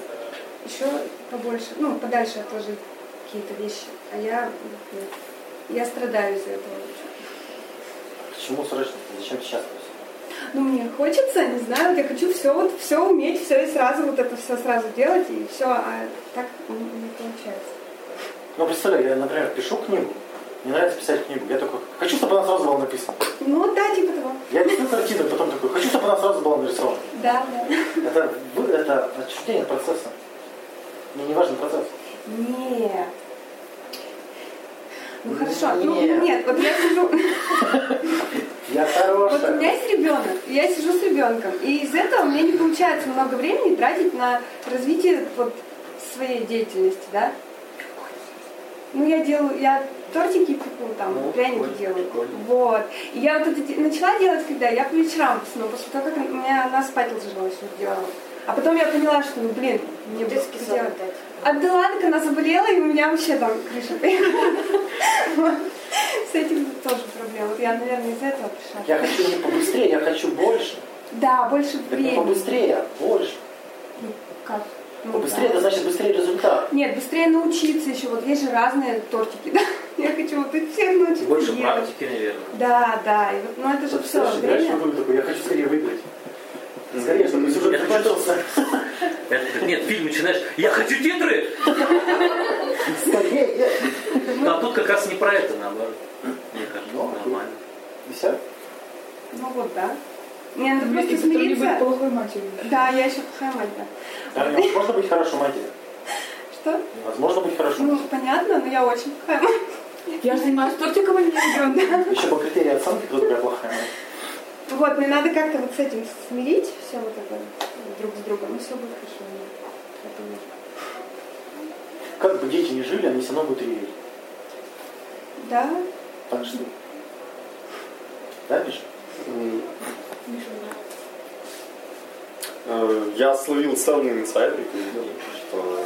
S7: еще побольше, ну, подальше отложить какие-то вещи. А я м, я страдаю из-за этого.
S1: Почему срочно? Зачем сейчас? это всё?
S7: Ну, мне хочется, не знаю, вот я хочу все вот все уметь, все и сразу вот это все сразу делать, и все, а так не, не получается.
S1: Ну, представляю, я, например, пишу книгу, мне нравится писать книгу. Я такой, хочу, чтобы она сразу была написана.
S7: Ну да, типа того.
S1: Я рисую картину, потом такой, хочу, чтобы она сразу была нарисована.
S7: Да, да.
S1: Это, вы- это отчуждение процесса. Мне не важен процесс.
S7: Нет. Ну
S1: Нет.
S7: хорошо, ну ну, нет, вот я сижу,
S1: Я
S7: вот у
S1: хорошая.
S7: меня есть ребенок, и я сижу с ребенком, и из этого мне не получается много времени тратить на развитие вот своей деятельности, да? Ну я делаю, я тортики пеку, там,
S5: Ну,
S7: пряники
S5: прикольно,
S7: делаю.
S5: прикольно.
S7: Вот. И я вот это де- начала делать, когда я по вечерам в основном, после того, как у меня она спать ложилась, вот делала. А потом я поняла, что, ну, блин, мне бы
S9: Детский сад
S7: делать. А
S9: отдать.
S7: Отдала, так она заболела, и у меня вообще там крыша поехала. Вот. С этим тоже проблема. Вот Я, наверное, из-за этого пришла.
S1: Я хочу не побыстрее, я хочу больше.
S7: Да, больше
S1: Так не
S7: времени.
S1: побыстрее, а больше.
S7: Как? Ну,
S1: Побыстрее, это
S7: да.
S1: значит быстрее результат.
S7: Нет, быстрее научиться еще. Вот есть же разные тортики, да? Я хочу вот их всех научиться
S5: Больше
S7: делать.
S5: практики, наверное.
S7: Да, да. И вот, ну это же
S1: Вот
S7: все
S1: следующий дальше
S7: время.
S1: будет такой, я хочу скорее выиграть. Скорее, чтобы
S5: Я
S1: сюжет
S5: хочу-
S1: закончился.
S5: Это- Нет, фильм начинаешь, я хочу титры!
S1: Скорее.
S5: А тут как раз не про это, наоборот. Мне кажется,
S1: Ну, окей.
S5: нормально.
S1: И все?
S7: Ну вот, да. Мне надо
S6: И
S7: просто
S6: потом не быть
S7: смириться.
S6: плохой матерью.
S7: Да, я еще плохая мать, да.
S1: Да, невозможно быть хорошей матерью.
S7: Что?
S1: Невозможно быть хорошей
S7: Ну, понятно, но я очень плохая мать.
S6: Я же занимаюсь тортиком, а не ребенком.
S1: Еще по критерии оценки, кто такая плохая мать.
S7: Вот, мне надо как-то вот с этим смирить все вот это друг с другом, и все будет хорошо. Я думаю.
S1: Как бы дети не жили, они все равно будут реветь.
S7: Да,
S1: Так что... Да, Миша?
S3: М. Э, Я словил ценный инсайт, что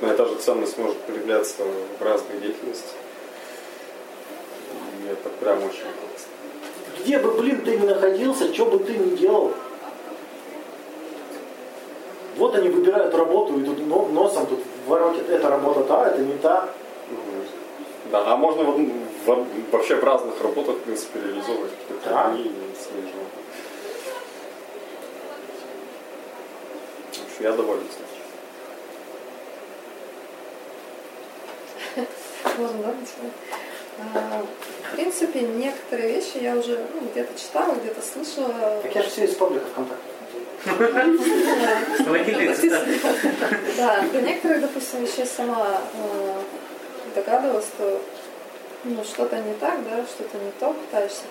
S3: одна и та же ценность может проявляться в разной деятельности. И это прям очень классно.
S1: Где бы, блин, ты ни находился, что бы ты ни делал. Вот они выбирают работу и тут но- носом тут воротят. Это работа та, это не та.
S3: Мгм. Да, а можно в одну- в- вообще в разных работах, в принципе, реализовывать какие-то
S1: Да.
S3: одни и свои желания. В общем, я доволен, кстати.
S8: Можно, да, начинать? А, В принципе, некоторые вещи я уже ну, где-то читала, где-то слышала.
S1: Так я же все из паблика ВКонтакте. смотрю.
S6: ну,
S4: Становите лица, да.
S8: Да, до некоторых, допустим, вещей сама э, догадывалась, что ну, что-то не так, да, что-то не то, пытаешься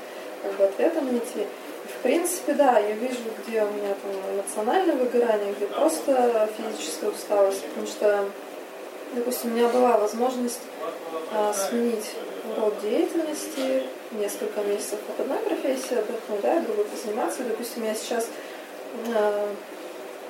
S8: как бы ответом найти. И, в принципе, да, я вижу, где у меня там эмоциональное выгорание, где просто физическая усталость, потому что, допустим, у меня была возможность э, сменить род деятельности несколько месяцев от одной профессии отдохнуть, да, и другой позаниматься. И, Допустим, я сейчас э,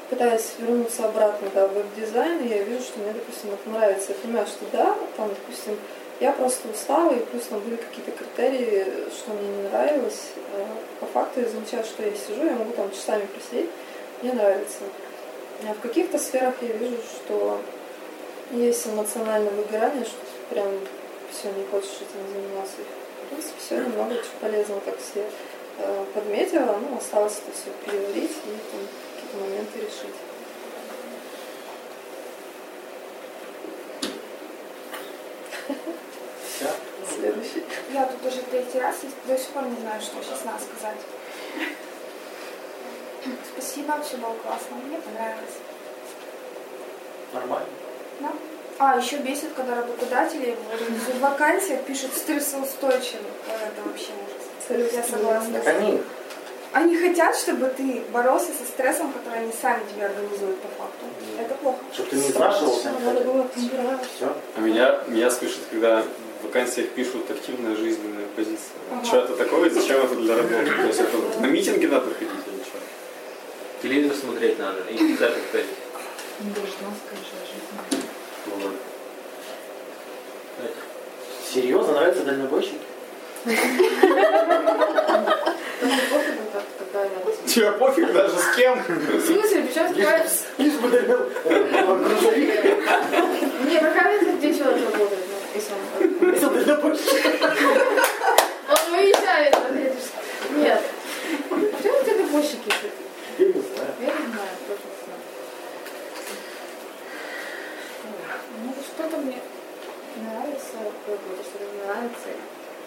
S8: пытаясь вернуться обратно да, в веб-дизайн, и я вижу, что мне, допустим, это нравится. Я понимаю, что да, там, допустим, я просто устала, и плюс там были какие-то критерии, что мне не нравилось. Э, По факту я замечаю, что я сижу, я могу там часами просидеть, мне нравится. А в каких-то сферах я вижу, что есть эмоциональное выгорание, что ты прям все, не хочешь этим заниматься. И, В принципе, сегодня много чего полезного так все э, подметила, ну, осталось это все переварить и там, какие-то моменты решить.
S1: Все.
S8: Следующий.
S7: Я тут уже третий раз и до сих пор не знаю, что сейчас надо сказать. Спасибо, все было классно, мне понравилось.
S1: Нормально.
S7: Да. А, еще бесит, когда работодатели в вакансиях пишут стрессоустойчивый. Это вообще ужас. Я согласна.
S1: Так они,
S7: Они хотят, чтобы ты боролся со стрессом, который они сами тебе организуют по факту. Это плохо.
S1: чтобы ты не спрашивался, они
S8: Надо
S1: хотят.
S8: было подбирать.
S1: Все.
S3: А меня, меня смешит, когда в вакансиях пишут активная жизненная позиция.
S7: Ага.
S3: Что это такое и зачем это для работы? То есть это вот на митинги надо ходить или что?
S4: Телевизор смотреть надо и в театр ходить.
S3: Ну, ладно.
S1: Серьезно, нравятся дальнобойщики?
S3: Тебе пофиг даже с кем?
S7: В смысле, причем
S1: Лишь бы дальнобойщики. Грузовик.
S9: Не, проходите, где человек работает, ну, если он
S1: Это дальнобойщик.
S9: Он выезжает, ответишь. Нет. Почему у тебя дальнобойщики?
S1: Я не знаю.
S9: Я не знаю, тоже не знаю. Ну, что-то мне нравится в работе, что-то не нравится.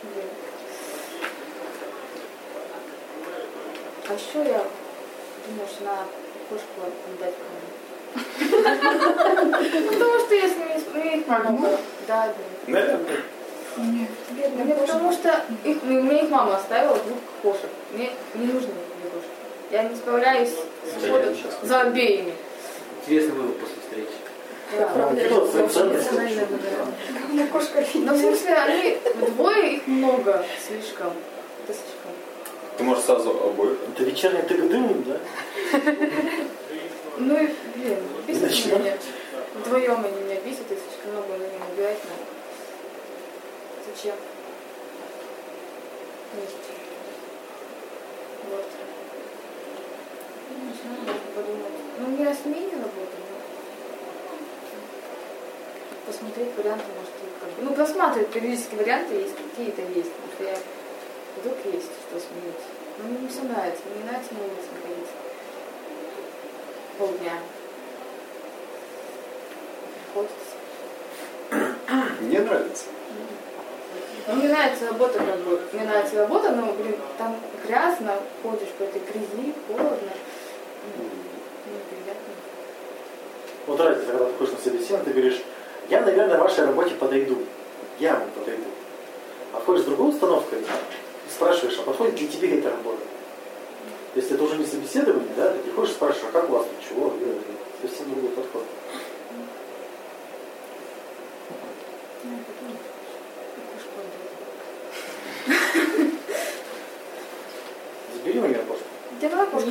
S9: Блин. А еще я думаю, что надо кошку отдать кому Потому что я с ними не их мама. Да, да.
S3: Наверное.
S9: Да мне потому что их, м- мне их мама оставила двух кошек. Мне не нужны две кошки. Я не справляюсь с уходом за обеими.
S4: Интересный вывод после встречи.
S1: Ну, Фидо, свои ценности.
S9: Ну,
S7: на кошка
S9: Но в смысле, они вдвое их много слишком. Это слишком.
S3: Ты можешь сразу обоих.
S1: Это вечерний тык-дым, да?
S9: Ну и, блин, бесит
S1: Зачем?
S9: они меня. Вдвоем они меня бесят, и слишком много на них убирать надо. Зачем? Нет. Вот. Ну, не знаю, надо подумать. Ну, у меня смене работа, но посмотреть варианты, может, и как бы- Ну, просматривать периодически варианты есть, какие-то есть, потому что я вдруг есть, что сменить. Но мне не все нравится, мне не нравится на улице находиться полдня. Приходится.
S3: Мне нравится.
S9: Ну, мне нравится работа, как бы, мне нравится работа, но, блин, там грязно, ходишь по этой грязи, холодно, ну, неприятно.
S1: Вот разница, когда ты ходишь на собеседование, ты говоришь, я, наверное, вашей работе подойду. Я вам подойду. А входишь с другой установкой и спрашиваешь, а подходит ли тебе эта работа? То есть это уже не собеседование, да? Ты приходишь и спрашиваешь, а как у вас тут чего? И, э, Совсем другой подход. Забери у меня кошку.
S7: Где была кошка?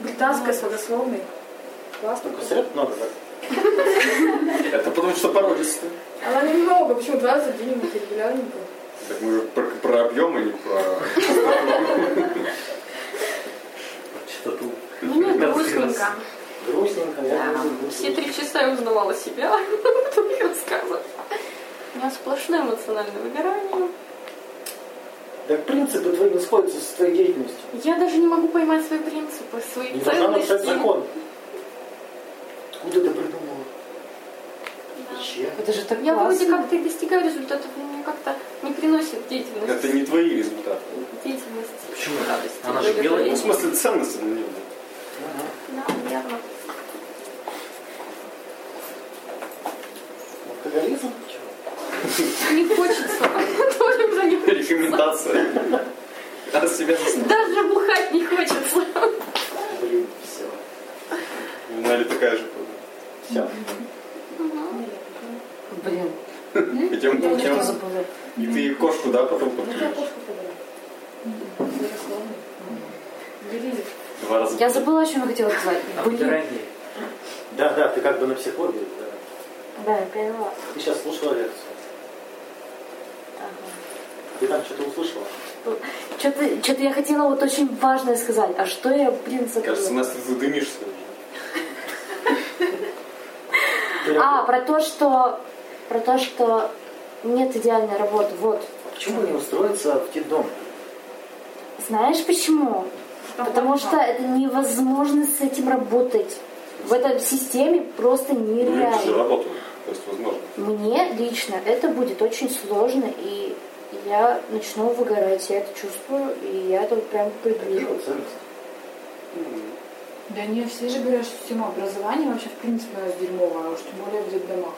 S9: Британская сладословный. Классно.
S1: Только сред много, да?
S3: Это потому что породистый.
S9: Она немного, почему два раза в день мы регулярненько.
S3: Так мы же про, про объем или про...
S4: Частоту.
S5: Ну, это
S4: 15 раз.
S5: грустненько.
S1: Грустненько, я
S5: Да.
S1: люблю
S5: Все
S1: грустненько.
S5: три часа я узнавала себя в твоих рассказах. У меня сплошное эмоциональное выгорание.
S1: Да принципы твои не сходятся с твоей деятельностью.
S5: Я даже не могу поймать свои принципы, свои
S1: Не должна
S5: ценности.
S1: нарушать закон. Откуда ты придумала?
S5: Да.
S1: Зачем? Я
S2: Это же так
S9: Я вроде
S2: классно.
S9: как-то и достигаю результатов, но мне как-то не приносит деятельность.
S3: Это не твои результаты.
S9: Деятельность.
S4: Почему?
S9: Радости.
S4: Она же белая.
S3: Ну, в смысле, ценности для него.
S9: Да, верно.
S1: Алкоголизм? Чего?
S9: Не хочется. Тоже уже не хочется.
S3: Рекомендация. От себя заставить.
S9: Даже бухать не хочется.
S1: Блин, все.
S3: У Нали Ну, такая же проблема.
S1: Все.
S2: Блин,
S3: Хотим
S2: я
S3: путем.
S2: что забыла.
S3: И ты ей кошку, да, потом подключишь? Два раза.
S2: Я забыла, о чем я хотела сказать.
S4: А
S5: а
S2: Блин.
S4: Обдирание.
S1: Да, да, ты как бы на психологии. да.
S2: Да, я поняла.
S1: Ты сейчас слушала лекцию. Ты там что-то услышала?
S2: Что-то, что-то я хотела вот очень важное сказать. А что я, блин,
S3: Кажется,
S2: забыла?
S3: Настя, ты дымишься уже.
S2: А, про то, что... Про то, что нет идеальной работы. Вот.
S1: Почему не устроиться в детдом?
S2: Знаешь почему? Потому что это невозможно с этим работать. В этой системе просто
S3: Ну, это же
S2: нереально.
S3: работа. То есть, возможно.
S2: Мне лично это будет очень сложно, и я начну выгорать. Я это чувствую, и я это вот прям
S1: Такие
S2: предвижу.
S1: вот ценности.
S10: Да не все же говорят, что система образования вообще в принципе у нас дерьмовая, а уж тем более в детдомах.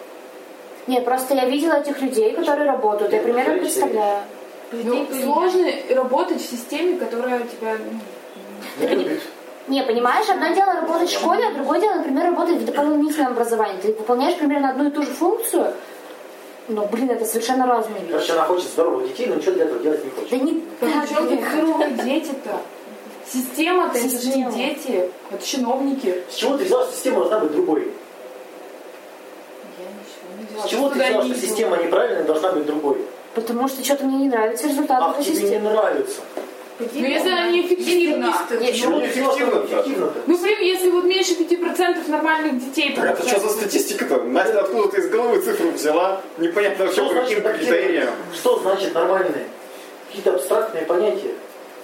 S2: Нет, просто я видела этих людей, которые работают. Я примерно представляю.
S10: Ну, сложно работать в системе, которая тебя... ну,
S1: Не любит.
S2: Не, понимаешь, одно дело работать в школе, а другое дело, например, работать в дополнительном образовании. Ты выполняешь примерно одну и ту же функцию, но, блин, это совершенно разные
S1: Короче,
S2: вещи.
S1: она хочет здоровых детей, но ничего для этого делать не хочет.
S2: Да не
S10: Да
S2: так,
S10: причем
S2: блин.
S10: тут здоровые дети-то? Система-то, это же
S2: Система.
S10: не дети, это чиновники.
S1: С чего ты взял, что система должна быть другой?
S10: Я ничего не делала.
S1: С чего ты
S10: Туда
S1: взял,
S10: не
S1: что
S10: иду.
S1: система неправильная должна быть другой?
S2: Потому что что-то мне не нравится результат
S1: Ах,
S2: этой
S1: тебе не
S2: системы.
S1: нравится.
S10: Ну, если она неэффективна.
S2: ну,
S1: Почему
S3: Ну,
S1: не
S3: эффективно-то?
S1: эффективно-то?
S10: Ну, блин, если вот меньше 5% нормальных детей...
S3: Так это что за статистика-то? Настя, откуда ты из головы цифру взяла? Непонятно вообще,
S2: Ну,
S1: Что
S3: по каким
S1: значит
S3: критериям.
S1: активно? Что значит нормальные? Какие-то абстрактные понятия.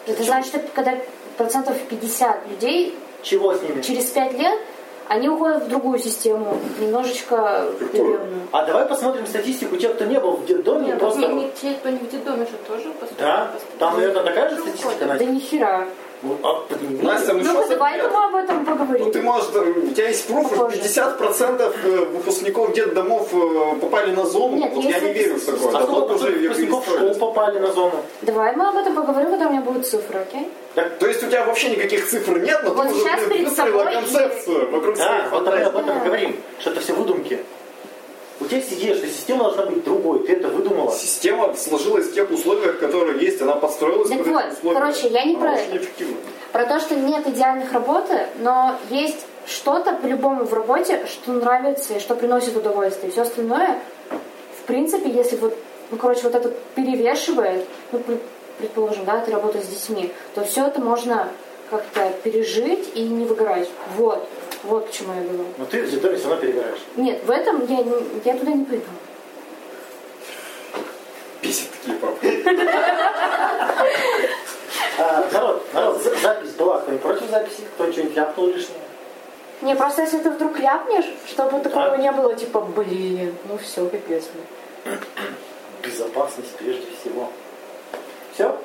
S2: Это значит, что когда процентов 50 людей
S1: Чего с ними?
S2: через 5 лет, они уходят в другую систему, немножечко
S3: Какую?
S2: древнюю.
S1: А давай посмотрим статистику тех, кто не был в детдоме,
S9: Нет, ну,
S1: просто...
S9: не- не- те, кто не в детдоме же тоже поступают.
S1: Да? Там, наверное, такая же статистика,
S2: Да
S1: Настя?
S2: ни хера.
S1: Ну, а, блин,
S3: Настя, ну что
S2: Ну-ка,
S3: за
S2: давай-ка
S3: бред?
S2: мы об этом
S3: Ну
S2: поговорим.
S3: ты можешь, там, у тебя есть пруф,
S2: Похоже.
S3: 50% выпускников детдомов э, попали на зону.
S2: Нет,
S3: вот я
S2: если
S3: не
S2: это-
S3: верю в такое.
S1: А
S3: Да,
S1: сколько
S3: вот уже я
S1: выпускников в школу
S3: перестроился.
S1: попали на зону?
S2: Давай мы об этом поговорим, когда у меня будут цифры, окей?
S3: Так, То есть у тебя вообще никаких цифр нет, но
S2: Вот
S3: ты уже
S2: сейчас
S3: блин,
S2: перед
S3: выстроила
S2: собой и-
S3: концепцию вокруг своей
S1: Да, вот мы об
S3: фантазии.
S1: этом и говорим, что это все выдумки. У тебя есть идея, что система должна быть другой, ты это выдумала.
S3: Система сложилась в тех условиях, которые есть, она построилась
S2: Так
S3: под эти
S2: вот,
S3: условия.
S2: короче, я не
S3: Она
S2: про
S3: очень
S2: это.
S3: неэффективна.
S2: Про то, что нет идеальных работы, но есть что-то по-любому в работе, что нравится и что приносит удовольствие. Все остальное, в принципе, если вот, ну, короче, вот это перевешивает, ну, пр- предположим, да, ты работаешь с детьми, то все это можно как-то пережить и не выгорать. Вот. Вот к чему я думаю.
S1: Но ты в детдоме все равно перегораешь.
S2: Нет, в этом я, не- я туда не пойду.
S3: Бесит такие папы.
S1: А, народ, народ, за- запись была, кто не против записи, кто что-нибудь ляпнул лишнее.
S2: Не, просто если ты вдруг ляпнешь, чтобы такого
S1: Да.
S2: не было, типа, блин, ну все, капец мне.
S1: Безопасность прежде всего. Все?